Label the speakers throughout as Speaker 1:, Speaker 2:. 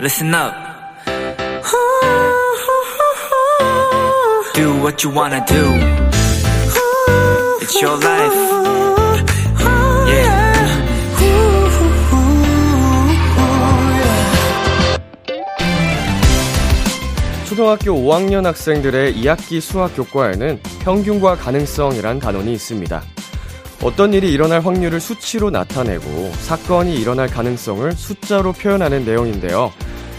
Speaker 1: listen up. Do what you wanna do. It's your life. Yeah.
Speaker 2: 초등학교 5학년 학생들의 2학기 수학 교과에는 평균과 가능성이란 단원이 있습니다. 어떤 일이 일어날 확률을 수치로 나타내고 사건이 일어날 가능성을 숫자로 표현하는 내용인데요.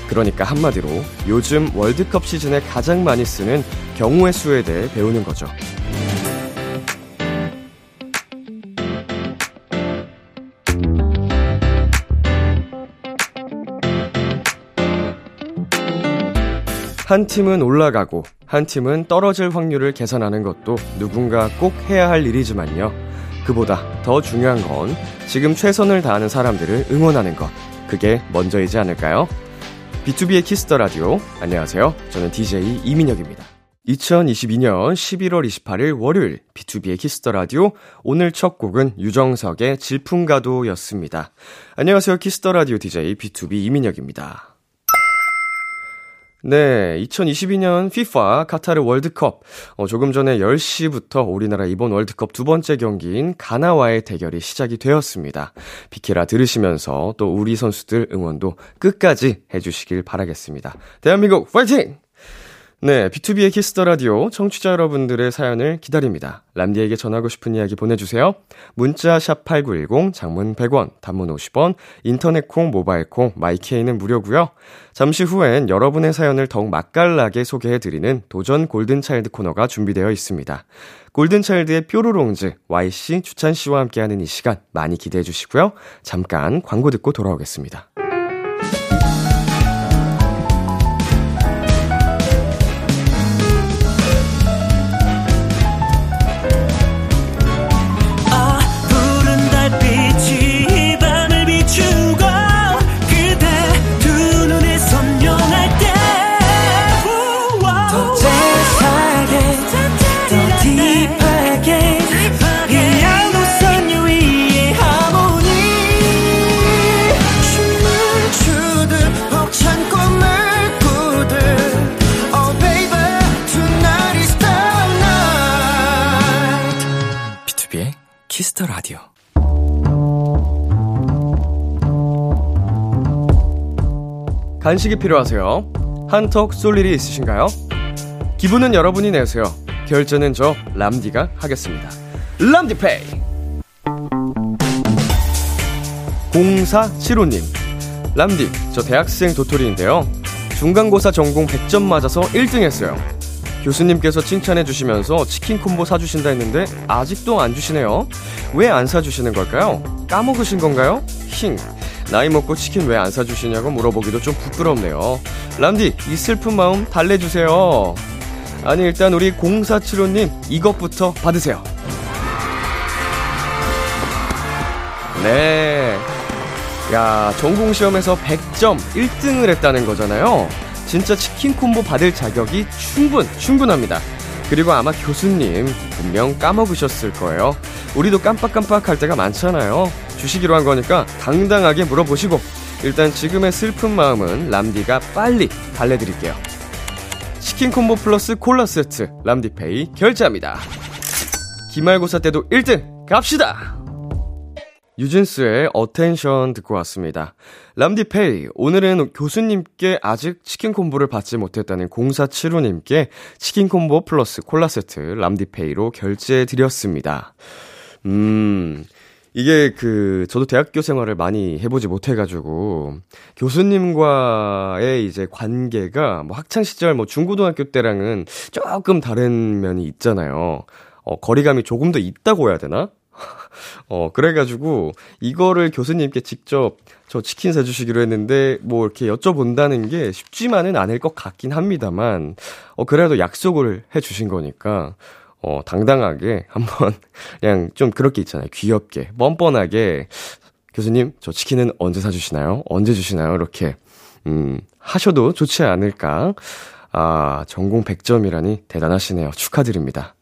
Speaker 2: 그러니까 한마디로 요즘 월드컵 시즌에 가장 많이 쓰는 경우의 수에 대해 배우는 거죠. 한 팀은 올라가고 한 팀은 떨어질 확률을 계산하는 것도 누군가 꼭 해야 할 일이지만요. 그보다 더 중요한 건 지금 최선을 다하는 사람들을 응원하는 것. 그게 먼저이지 않을까요? B2B의 키스터 라디오. 안녕하세요. 저는 DJ 이민혁입니다. 2022년 11월 28일 월요일 B2B의 키스터 라디오 오늘 첫 곡은 유정석의 질풍가도였습니다. 안녕하세요. 키스터 라디오 DJ B2B 이민혁입니다. 네, 2022년 FIFA 카타르 월드컵. 어, 조금 전에 10시부터 우리나라 이번 월드컵 두 번째 경기인 가나와의 대결이 시작이 되었습니다. 비키라 들으시면서 또 우리 선수들 응원도 끝까지 해주시길 바라겠습니다. 대한민국 파이팅! 네, B2B의 키스터 라디오 청취자 여러분들의 사연을 기다립니다. 람디에게 전하고 싶은 이야기 보내주세요. 문자 샵 #8910 장문 100원, 단문 50원, 인터넷 콩, 모바일 콩, 마이케이는 무료고요. 잠시 후엔 여러분의 사연을 더욱 맛깔나게 소개해드리는 도전 골든차일드 코너가 준비되어 있습니다. 골든차일드의 뾰로롱즈 YC 주찬 씨와 함께하는 이 시간 많이 기대해 주시고요. 잠깐 광고 듣고 돌아오겠습니다.
Speaker 3: 푸른 달빛이 이 밤을 비추고 그대 두 눈에 선명할 때더 재하게 더 딥하게 이 양도선 위의 하모니 춤을 추듯 벅찬 꿈을 꾸듯 Oh baby tonight is the night
Speaker 1: B2B의 키스터 라디오.
Speaker 2: 간식이 필요하세요? 한턱 쏠 일이 있으신가요? 기분은 여러분이 내세요. 결제는 저 람디가 하겠습니다. 람디페이! 0475님 람디 저 대학생 도토리인데요 중간고사 전공 100점 맞아서 1등 했어요 교수님께서 칭찬해 주시면서 치킨 콤보 사주신다 했는데 아직도 안 주시네요 왜 안 사주시는 걸까요? 까먹으신 건가요? 힝 나이 먹고 치킨 왜 안 사주시냐고 물어보기도 좀 부끄럽네요 람디 이 슬픈 마음 달래주세요 아니 일단 우리 0475님 이것부터 받으세요 네 야, 전공시험에서 100점 1등을 했다는 거잖아요. 진짜 치킨 콤보 받을 자격이 충분, 충분합니다. 그리고 아마 교수님 분명 까먹으셨을 거예요. 우리도 깜빡깜빡 할 때가 많잖아요. 주시기로 한 거니까 당당하게 물어보시고, 일단 지금의 슬픈 마음은 람디가 빨리 달래드릴게요. 치킨 콤보 플러스 콜라 세트, 람디페이 결제합니다. 기말고사 때도 1등 갑시다! 유진스의 어텐션 듣고 왔습니다. 람디페이, 오늘은 교수님께 아직 치킨 콤보를 받지 못했다는 0475님께 치킨 콤보 플러스 콜라 세트 람디페이로 결제해 드렸습니다. 음, 이게 그, 저도 대학교 생활을 많이 해보지 못해가지고, 교수님과의 이제 관계가 뭐 학창시절 뭐 중고등학교 때랑은 조금 다른 면이 있잖아요. 어, 거리감이 조금 더 있다고 해야 되나? 어, 그래가지고, 이거를 교수님께 직접 저 치킨 사주시기로 했는데, 뭐 이렇게 여쭤본다는 게 쉽지만은 않을 것 같긴 합니다만, 어, 그래도 약속을 해주신 거니까, 어, 당당하게 한번, 그냥 좀 그렇게 있잖아요. 귀엽게, 뻔뻔하게, 교수님, 저 치킨은 언제 사주시나요? 언제 주시나요? 이렇게, 음, 하셔도 좋지 않을까. 아, 전공 100점이라니 대단하시네요. 축하드립니다.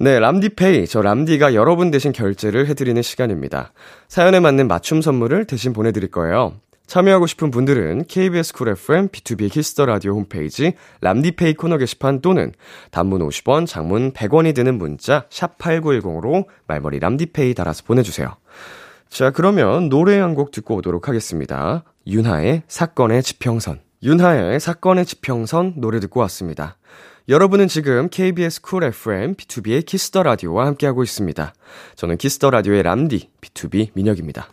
Speaker 2: 네, 람디페이. 저 람디가 여러분 대신 결제를 해드리는 시간입니다. 사연에 맞는 맞춤 선물을 대신 보내드릴 거예요. 참여하고 싶은 분들은 KBS 쿨 FM B2B 키스터 라디오 홈페이지 람디페이 코너 게시판 또는 단문 50원, 장문 100원이 드는 문자 샵 8910으로 말머리 람디페이 달아서 보내주세요. 자, 그러면 노래 한 곡 듣고 오도록 하겠습니다. 윤하의 사건의 지평선. 윤하의 사건의 지평선 노래 듣고 왔습니다. 여러분은 지금 KBS 쿨 FM B2B의 키스터 라디오와 함께하고 있습니다. 저는 키스터 라디오의 람디 B2B 민혁입니다.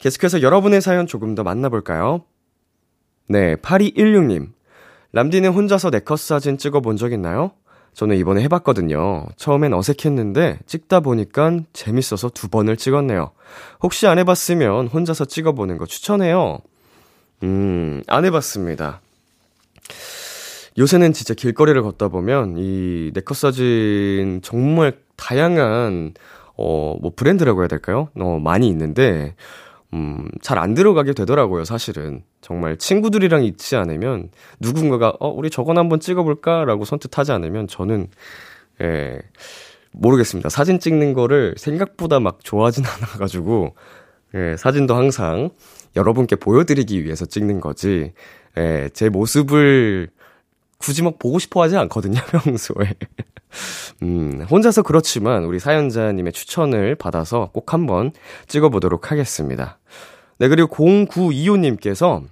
Speaker 2: 계속해서 여러분의 사연 조금 더 만나볼까요? 네, 8216님. 람디는 혼자서 네커스 사진 찍어본 적 있나요? 저는 이번에 해봤거든요. 처음엔 어색했는데 찍다 보니까 재밌어서 두 번을 찍었네요. 혹시 안 해봤으면 혼자서 찍어보는 거 추천해요. 음, 안 해봤습니다. 요새는 진짜 길거리를 걷다 보면 이 네컷 사진 정말 다양한 어, 뭐 브랜드라고 해야 될까요? 어, 많이 있는데 음, 잘 안 들어가게 되더라고요, 사실은. 정말 친구들이랑 있지 않으면 누군가가 어, 우리 저건 한번 찍어 볼까라고 선뜻 하지 않으면 저는 예. 모르겠습니다. 사진 찍는 거를 생각보다 막 좋아하진 않아 가지고 예, 사진도 항상 여러분께 보여드리기 위해서 찍는 거지, 예, 제 모습을 굳이 막 보고 싶어 하지 않거든요, 평소에. 음, 혼자서 그렇지만 우리 사연자님의 추천을 받아서 꼭 한번 찍어보도록 하겠습니다. 네, 그리고 0925님께서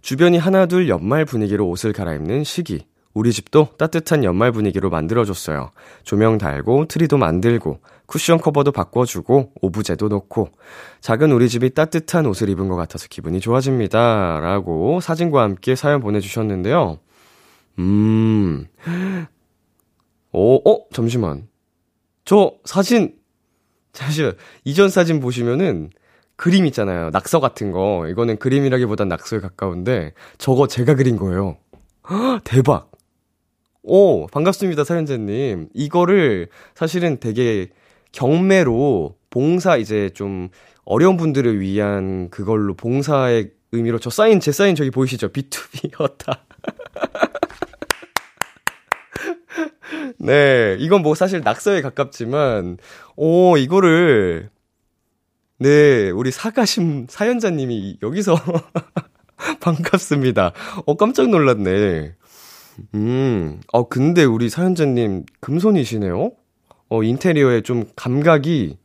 Speaker 2: 주변이 하나둘 연말 분위기로 옷을 갈아입는 시기. 우리 집도 따뜻한 연말 분위기로 만들어줬어요. 조명 달고, 트리도 만들고, 쿠션 커버도 바꿔주고, 오브제도 놓고, 작은 우리 집이 따뜻한 옷을 입은 것 같아서 기분이 좋아집니다. 라고 사진과 함께 사연 보내주셨는데요. 음, 오, 어, 잠시만. 저 사진, 사실, 이전 사진 보시면은, 그림 있잖아요. 낙서 같은 거. 이거는 그림이라기보단 낙서에 가까운데, 저거 제가 그린 거예요. 헉, 대박! 오, 반갑습니다, 사연자님. 이거를 사실은 되게 경매로 봉사 이제 좀 어려운 분들을 위한 그걸로 봉사의 의미로 저 사인, 제 사인 저기 보이시죠? B2B 허다. 네, 이건 뭐 사실 낙서에 가깝지만, 오, 이거를, 네, 우리 사가심 사연자님이 여기서 반갑습니다. 어, 깜짝 놀랐네. 음, 어, 근데 우리 사연자님 금손이시네요? 어, 인테리어에 좀 감각이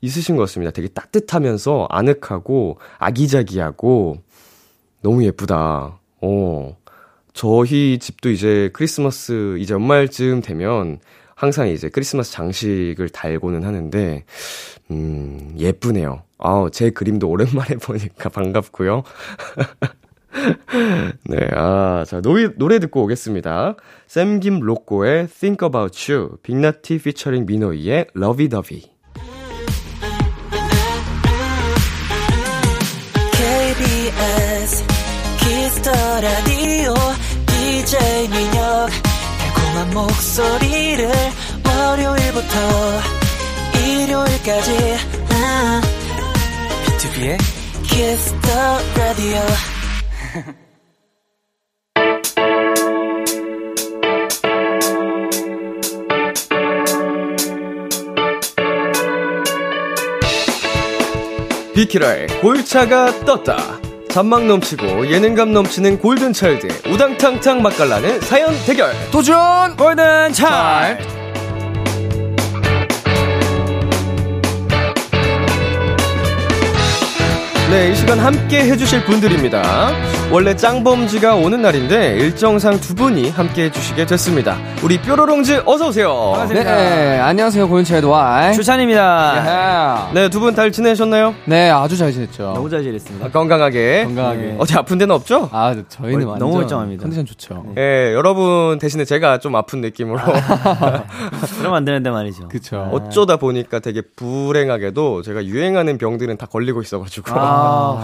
Speaker 2: 있으신 것 같습니다. 되게 따뜻하면서 아늑하고 아기자기하고 너무 예쁘다. 어, 저희 집도 이제 크리스마스, 이제 연말쯤 되면 항상 이제 크리스마스 장식을 달고는 하는데, 음, 예쁘네요. 아, 제 그림도 오랜만에 보니까 반갑고요. 네, 아, 자, 노래, 노래 듣고 오겠습니다. 샘김 로꼬의 Think About You, 빅나티 피처링 민호이의 Lovey Dovey.
Speaker 3: KBS 키스터 라디오 DJ 민혁 달콤한 목소리를 월요일부터 일요일까지 음,
Speaker 1: B2B의
Speaker 3: 키스터 라디오
Speaker 2: 비키라의 골차가 떴다. 잔망 넘치고 예능감 넘치는 골든차일드 우당탕탕 맛깔나는 사연 대결 도전 골든 차일 네, 이 시간 함께 해주실 분들입니다. 원래 짱범지가 오는 날인데 일정상 두 분이 함께 해주시게 됐습니다. 우리 뾰로롱즈 어서 오세요.
Speaker 4: 네, 네, 안녕하세요 고윤철의 와이 예.
Speaker 5: 주찬입니다.
Speaker 2: 네, 두 분 잘 지내셨나요?
Speaker 4: 네 아주 잘 지냈죠
Speaker 5: 너무 잘 지냈습니다.
Speaker 2: 아, 건강하게.
Speaker 4: 건강하게.
Speaker 2: 어디 아픈 데는 없죠?
Speaker 4: 아 저희는
Speaker 5: 어,
Speaker 4: 완전
Speaker 5: 너무 멀쩡합니다.
Speaker 4: 컨디션 좋죠
Speaker 2: 예, 여러분 대신에 제가 좀 아픈 느낌으로
Speaker 5: 그러면 안 되는데 말이죠. 아.
Speaker 4: 그쵸
Speaker 2: 어쩌다 보니까 되게 불행하게도 제가 유행하는 병들은 다 걸리고 있어가지고
Speaker 5: 아,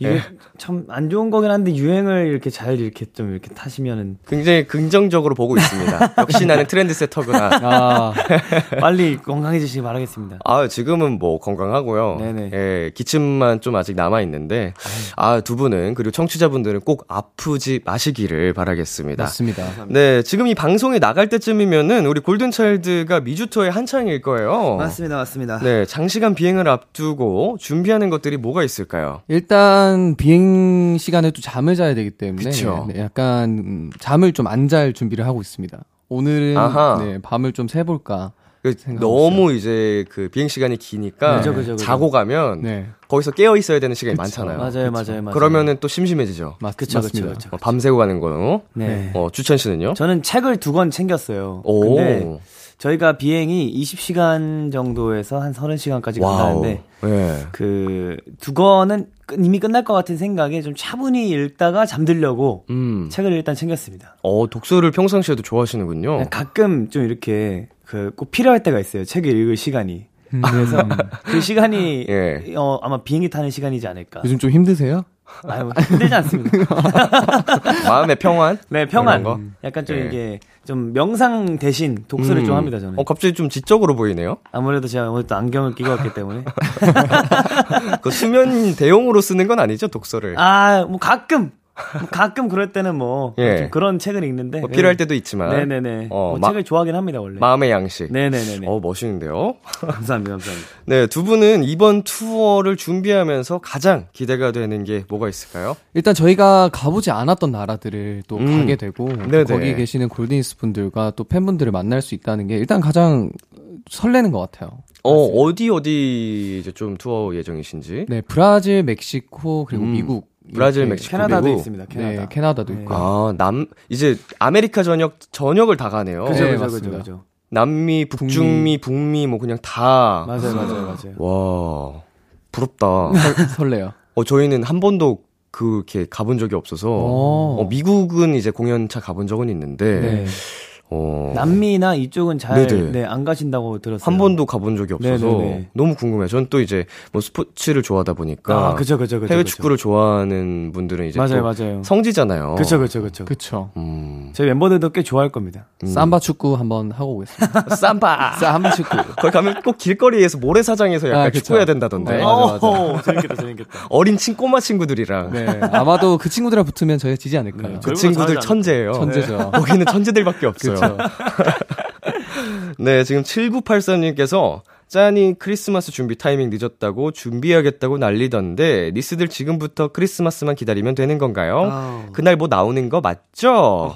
Speaker 5: 이게 참 안 좋은 거긴 한데 유행을 이렇게 잘 이렇게 좀 이렇게 타시면은
Speaker 2: 굉장히 긍정적으로 보고 있습니다. 역시 나는 트렌드 세터구나.
Speaker 4: 아,
Speaker 5: 빨리 건강해지시기 바라겠습니다.
Speaker 2: 아, 지금은 뭐 건강하고요.
Speaker 5: 네네.
Speaker 2: 예, 기침만 좀 아직 남아있는데, 아, 두 분은, 그리고 청취자분들은 꼭 아프지 마시기를 바라겠습니다.
Speaker 4: 맞습니다.
Speaker 2: 네, 지금 이 방송이 나갈 때쯤이면은 우리 골든차일드가 미주터의 한창일 거예요.
Speaker 5: 맞습니다, 맞습니다.
Speaker 2: 네, 장시간 비행을 앞두고 준비하는 것들이 뭐가 있을까요?
Speaker 4: 일단 비행 시간에 또 잠을 자야 되기 때문에
Speaker 2: 그쵸.
Speaker 4: 네, 약간 음, 잠을 좀 안 잘 준비를 하고 있습니다. 오늘은
Speaker 2: 아하.
Speaker 4: 네, 밤을 좀 새볼까.
Speaker 2: 그
Speaker 4: 생각하고
Speaker 2: 너무 이제 그 비행 시간이 기니까
Speaker 5: 네. 그죠, 그죠, 그죠.
Speaker 2: 자고 가면
Speaker 4: 네,
Speaker 2: 거기서 깨어 있어야 되는 시간이 많잖아요.
Speaker 5: 맞아요, 맞아요, 맞아요.
Speaker 2: 그러면은 또 심심해지죠.
Speaker 4: 맞,
Speaker 5: 그쵸,
Speaker 4: 습니다
Speaker 5: 그쵸, 그쵸.
Speaker 2: 어, 밤새고 가는 거요.
Speaker 5: 네.
Speaker 2: 어, 주천 씨는요?
Speaker 5: 저는 책을 두 권 챙겼어요.
Speaker 2: 오.
Speaker 5: 근데 저희가 비행이 20시간 정도에서 한 30시간까지 간다는데
Speaker 2: 예.
Speaker 5: 그 두 권은 끝- 이미 끝날 것 같은 생각에 좀 차분히 읽다가 잠들려고
Speaker 2: 음.
Speaker 5: 책을 일단 챙겼습니다.
Speaker 2: 어, 독서를 평상시에도 좋아하시는군요.
Speaker 5: 네, 가끔 좀 이렇게 그 꼭 필요할 때가 있어요. 책을 읽을 시간이. 그래서 그 시간이
Speaker 2: 예.
Speaker 5: 어, 아마 비행기 타는 시간이지 않을까.
Speaker 4: 요즘 좀 힘드세요?
Speaker 5: 아유, 뭐 힘들지 않습니다.
Speaker 2: 마음의 평안?
Speaker 5: 네,
Speaker 2: 이런
Speaker 5: 평안.
Speaker 2: 거?
Speaker 5: 약간 좀
Speaker 2: 예.
Speaker 5: 이게 좀 명상 대신 독서를 좀
Speaker 2: 음.
Speaker 5: 합니다, 저는.
Speaker 2: 어, 갑자기 좀 지적으로 보이네요.
Speaker 5: 아무래도 제가 오늘 또 안경을 끼고 왔기 때문에.
Speaker 2: 그 수면 대용으로 쓰는 건 아니죠, 독서를.
Speaker 5: 아, 뭐 가끔! 뭐 가끔 그럴 때는 뭐.
Speaker 2: 예.
Speaker 5: 좀 그런 책을 읽는데. 예.
Speaker 2: 뭐 필요할 때도 있지만.
Speaker 5: 네. 네네네.
Speaker 2: 어,
Speaker 5: 뭐
Speaker 2: 마-
Speaker 5: 책을 좋아하긴 합니다, 원래.
Speaker 2: 마음의 양식.
Speaker 5: 네네네네.
Speaker 2: 어, 멋있는데요?
Speaker 5: 감사합니다, 감사합니다.
Speaker 2: 네, 두 분은 이번 투어를 준비하면서 가장 기대가 되는 게 뭐가 있을까요?
Speaker 4: 일단 저희가 가보지 않았던 나라들을 또
Speaker 2: 음.
Speaker 4: 가게 되고 또
Speaker 2: 네네.
Speaker 4: 거기 계시는 골든이스 분들과 또 팬분들을 만날 수 있다는 게 일단 가장 설레는 것 같아요.
Speaker 2: 어, 어디 어디 이제 좀 투어 예정이신지?
Speaker 4: 네, 브라질, 멕시코 그리고
Speaker 2: 음.
Speaker 4: 미국,
Speaker 2: 브라질,
Speaker 4: 이렇게
Speaker 2: 멕시코,
Speaker 5: 캐나다도
Speaker 2: 그리고-
Speaker 5: 있습니다,
Speaker 4: 캐나다.
Speaker 5: 캐나다.
Speaker 4: 네, 캐나다도
Speaker 5: 네.
Speaker 4: 있고.
Speaker 2: 아, 남 이제 아메리카 전역 전역을 다 가네요.
Speaker 5: 그죠,
Speaker 4: 네,
Speaker 5: 그죠, 그죠,
Speaker 4: 맞습니다.
Speaker 5: 그죠.
Speaker 2: 남미, 북중미, 북미 뭐 그냥 다.
Speaker 5: 맞아요, 맞아요, 맞아요.
Speaker 2: 와. 부럽다.
Speaker 4: 설- 설레요.
Speaker 2: 어, 저희는 한 번도 그렇게 가본 적이 없어서
Speaker 4: 오.
Speaker 2: 어, 미국은 이제 공연차 가본 적은 있는데
Speaker 4: 네.
Speaker 2: 어,
Speaker 5: 남미나 이쪽은
Speaker 2: 네네.
Speaker 5: 잘안 가신다고 들었어요.
Speaker 2: 한 번도 가본 적이 없어서
Speaker 5: 네네네.
Speaker 2: 너무 궁금해요. 전 또 이제 뭐 스포츠를 좋아하다 보니까
Speaker 5: 아, 그죠, 그죠, 그죠.
Speaker 2: 해외
Speaker 5: 그죠.
Speaker 2: 축구를 좋아하는 분들은 이제
Speaker 5: 맞아요,
Speaker 2: 또 어.
Speaker 5: 맞아요.
Speaker 2: 성지잖아요.
Speaker 5: 그쵸, 그쵸, 그쵸.
Speaker 4: 그쵸.
Speaker 2: 음.
Speaker 5: 저희 멤버들도 꽤 좋아할 겁니다.
Speaker 4: 삼바 축구 한번 하고 오겠습니다.
Speaker 2: 쌈바.
Speaker 4: 삼바 축구.
Speaker 2: 거기 가면 꼭 길거리에서 모래사장에서 약간
Speaker 4: 아, 그쵸.
Speaker 2: 축구해야 된다던데.
Speaker 4: 네,
Speaker 2: 어,
Speaker 4: 맞아, 맞아.
Speaker 5: 오, 재밌겠다, 재밌겠다.
Speaker 2: 어린 친 꼬마 친구들이랑
Speaker 4: 네. 아마도 그 친구들이랑 붙으면 저희가 지지 않을까요?
Speaker 2: 그
Speaker 5: 얼마나
Speaker 2: 친구들
Speaker 5: 잘하지
Speaker 2: 천재예요.
Speaker 4: 천재죠.
Speaker 2: 네. 거기는 천재들밖에 없어요. 네, 지금 7984님께서 짠이 크리스마스 준비 타이밍 늦었다고 준비하겠다고 난리던데 니스들 지금부터 크리스마스만 기다리면 되는 건가요? 그날 뭐 나오는 거 맞죠?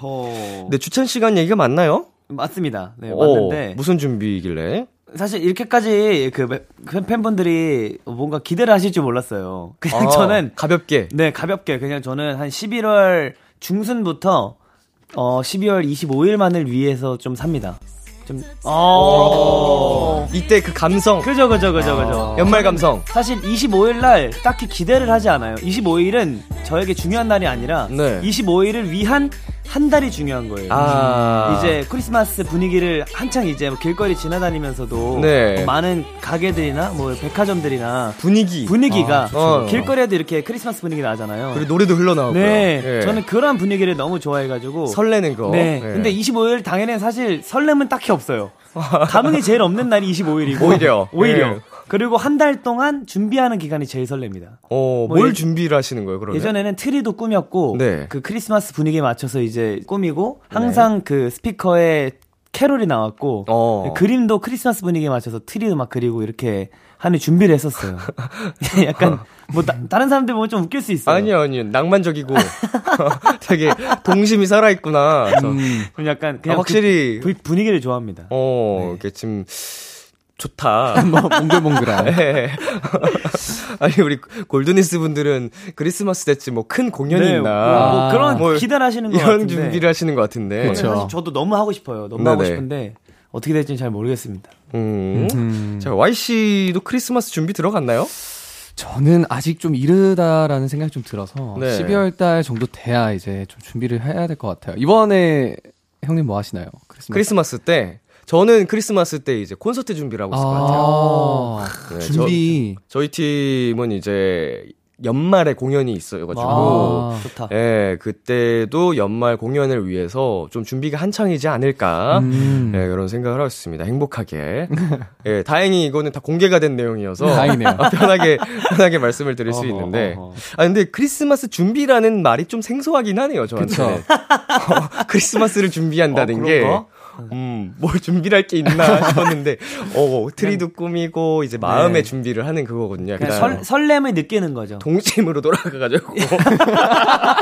Speaker 2: 네, 주찬 시간 얘기가 맞나요?
Speaker 5: 맞습니다. 네,
Speaker 2: 어,
Speaker 5: 맞는데
Speaker 2: 무슨 준비이길래?
Speaker 5: 사실 이렇게까지 그 매- 팬- 팬분들이 뭔가 기대를 하실 줄 몰랐어요. 그냥
Speaker 2: 아,
Speaker 5: 저는
Speaker 2: 가볍게.
Speaker 5: 네, 가볍게 그냥 저는 한 11월 중순부터 어 12월 25일만을 위해서 좀 삽니다. 좀 어.
Speaker 2: 이때 그 감성,
Speaker 5: 그죠, 그죠, 그죠, 그죠.
Speaker 2: 아. 연말 감성.
Speaker 5: 사실 25일 날 딱히 기대를 하지 않아요. 25일은 저에게 중요한 날이 아니라
Speaker 2: 네.
Speaker 5: 25일을 위한 한 달이 중요한 거예요.
Speaker 2: 아.
Speaker 5: 이제 크리스마스 분위기를 한창 이제 뭐 길거리 지나다니면서도 뭐
Speaker 2: 네.
Speaker 5: 많은 가게들이나 뭐 백화점들이나
Speaker 2: 분위기.
Speaker 5: 분위기가
Speaker 2: 좋죠. 어.
Speaker 5: 길거리에도 이렇게 크리스마스 분위기 나잖아요.
Speaker 2: 그리고 노래도 흘러나오고요.
Speaker 5: 네,
Speaker 2: 예.
Speaker 5: 저는 그런 분위기를 너무 좋아해가지고
Speaker 2: 설레는 거.
Speaker 5: 네.
Speaker 2: 예.
Speaker 5: 근데 25일 당에는 사실 설렘은 딱히 없어요. 감흥이 제일 없는 날이 25일이고.
Speaker 2: 오히려.
Speaker 5: 오히려.
Speaker 2: 예.
Speaker 5: 그리고 한 달 동안 준비하는 기간이 제일 설렙니다.
Speaker 2: 어,
Speaker 5: 뭐
Speaker 2: 뭘
Speaker 5: 예-
Speaker 2: 준비를 하시는 거예요, 그러면?
Speaker 5: 예전에는 트리도 꾸몄고
Speaker 2: 네.
Speaker 5: 그 크리스마스 분위기에 맞춰서 이제 꾸미고 항상 그 스피커에 캐롤이 나왔고
Speaker 2: 어.
Speaker 5: 그림도 크리스마스 분위기에 맞춰서 트리도 막 그리고 이렇게 하는 준비를 했었어요. 약간 뭐 다, 다른 사람들 보면 좀 웃길 수 있어요.
Speaker 2: 아니요, 아니요. 낭만적이고 되게 동심이 살아있구나. 그래서
Speaker 5: 좀 약간 음, 그냥 네.
Speaker 2: 아, 확실히-
Speaker 5: 그 분- 분위기를 좋아합니다.
Speaker 2: 어, 이렇게 지금 좋다.
Speaker 5: 뭐
Speaker 4: 몽글몽글한.
Speaker 2: 예. 아니 우리 골든니스 분들은 크리스마스 때쯤 뭐 큰 공연이
Speaker 5: 네,
Speaker 2: 있나
Speaker 5: 뭐 그런
Speaker 2: 뭘
Speaker 5: 기대하시는 것
Speaker 2: 이런
Speaker 5: 같은데.
Speaker 2: 준비를 하시는 것 같은데.
Speaker 5: 네,
Speaker 4: 그렇죠.
Speaker 5: 사실 저도 너무 하고 싶어요. 너무 하고
Speaker 2: 네네.
Speaker 5: 싶은데 어떻게 될지는 잘 모르겠습니다.
Speaker 2: 음. 자 Y 씨도 크리스마스 준비 들어갔나요?
Speaker 5: 네.
Speaker 4: 저는 아직 좀 이르다라는 생각이 좀 들어서
Speaker 2: 네.
Speaker 4: 12월 달 정도 돼야 이제 좀 준비를 해야 될 것 같아요. 이번에 형님 뭐 하시나요? 크리스마스.
Speaker 2: 크리스마스 때 저는 크리스마스 때 이제
Speaker 5: 아.
Speaker 2: 콘서트 준비를 하고 있을 것 같아요. 네,
Speaker 4: 아, 준비.
Speaker 2: 저희 팀은 이제 연말에 공연이 있어가지고
Speaker 5: 아, 좋다.
Speaker 2: 예, 그때도 연말 공연을 위해서 좀 준비가 한창이지 않을까
Speaker 5: 음.
Speaker 2: 예, 그런 생각을 하고 있습니다. 행복하게 예, 다행히 이거는 다 공개가 된 내용이어서
Speaker 4: 다행이네요.
Speaker 2: 아, 편하게 편하게 말씀을 드릴 수
Speaker 5: 어허,
Speaker 2: 있는데
Speaker 5: 어허.
Speaker 2: 아 근데 크리스마스 준비라는 말이 좀 생소하긴 하네요 저한테
Speaker 4: 그쵸.
Speaker 2: 어, 크리스마스를 준비한다는
Speaker 5: 어,
Speaker 2: 게.
Speaker 5: 그런가?
Speaker 2: 음, 뭘 준비할 게 있나 싶었는데, 어, 트리도 꾸미고, 이제 마음의 준비를 하는 그거거든요.
Speaker 5: 네. 그냥
Speaker 2: 약간
Speaker 5: 설, 설렘을 느끼는 거죠.
Speaker 2: 동심으로 돌아가가지고.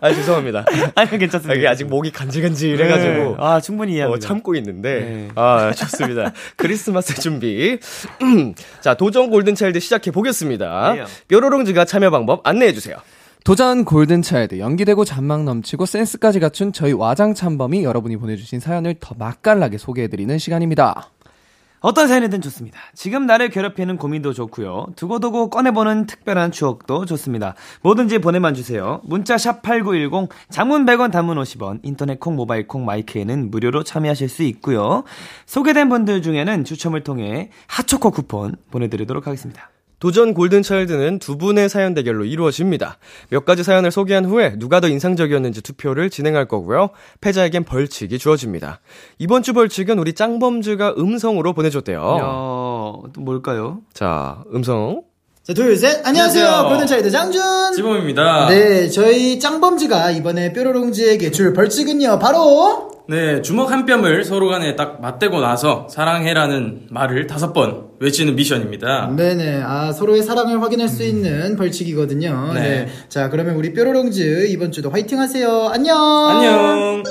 Speaker 2: 아, 죄송합니다.
Speaker 5: 아니 괜찮습니다.
Speaker 2: 이게 아직 목이 간질간질해가지고.
Speaker 5: 네. 아 충분히
Speaker 2: 어,
Speaker 5: 이해합니다.
Speaker 2: 참고 있는데.
Speaker 5: 네.
Speaker 2: 아, 좋습니다. 크리스마스 준비. 자, 도전 골든차일드 시작해보겠습니다.
Speaker 5: 네요.
Speaker 2: 뾰로롱즈가 참여 방법 안내해주세요.
Speaker 4: 도전 골든차일드 연기되고 잔망 넘치고 센스까지 갖춘 저희 와장참범이 여러분이 보내주신 사연을 더 맛깔나게 소개해드리는 시간입니다.
Speaker 5: 어떤 사연이든 좋습니다. 지금 나를 괴롭히는 고민도 좋고요. 두고두고 꺼내보는 특별한 추억도 좋습니다. 뭐든지 보내만 주세요. 문자 샵 8910, 장문 100원, 단문 50원, 인터넷 콩, 모바일 콩, 마이크에는 무료로 참여하실 수 있고요. 소개된 분들 중에는 추첨을 통해 핫초코 쿠폰 보내드리도록 하겠습니다.
Speaker 2: 도전 골든차일드는 두 분의 사연 대결로 이루어집니다. 몇 가지 사연을 소개한 후에 누가 더 인상적이었는지 투표를 진행할 거고요. 패자에겐 벌칙이 주어집니다. 이번 주 벌칙은 우리 짱범즈가 음성으로 보내줬대요.
Speaker 5: 어, 또 뭘까요?
Speaker 2: 자, 음성.
Speaker 6: 자, 둘, 셋. 안녕하세요. 골든차이드 장준.
Speaker 7: 지범입니다.
Speaker 6: 네, 저희 짱범지가 이번에 뾰로롱지에게 줄 벌칙은요, 바로.
Speaker 7: 네, 주먹 한 뼘을 서로 간에 딱 맞대고 나서 사랑해라는 말을 다섯 번 외치는 미션입니다.
Speaker 6: 네네, 아, 서로의 사랑을 확인할 수 있는 벌칙이거든요. 네.
Speaker 7: 네.
Speaker 6: 자, 그러면 우리 뾰로롱즈 이번 주도 화이팅 하세요. 안녕!
Speaker 7: 안녕.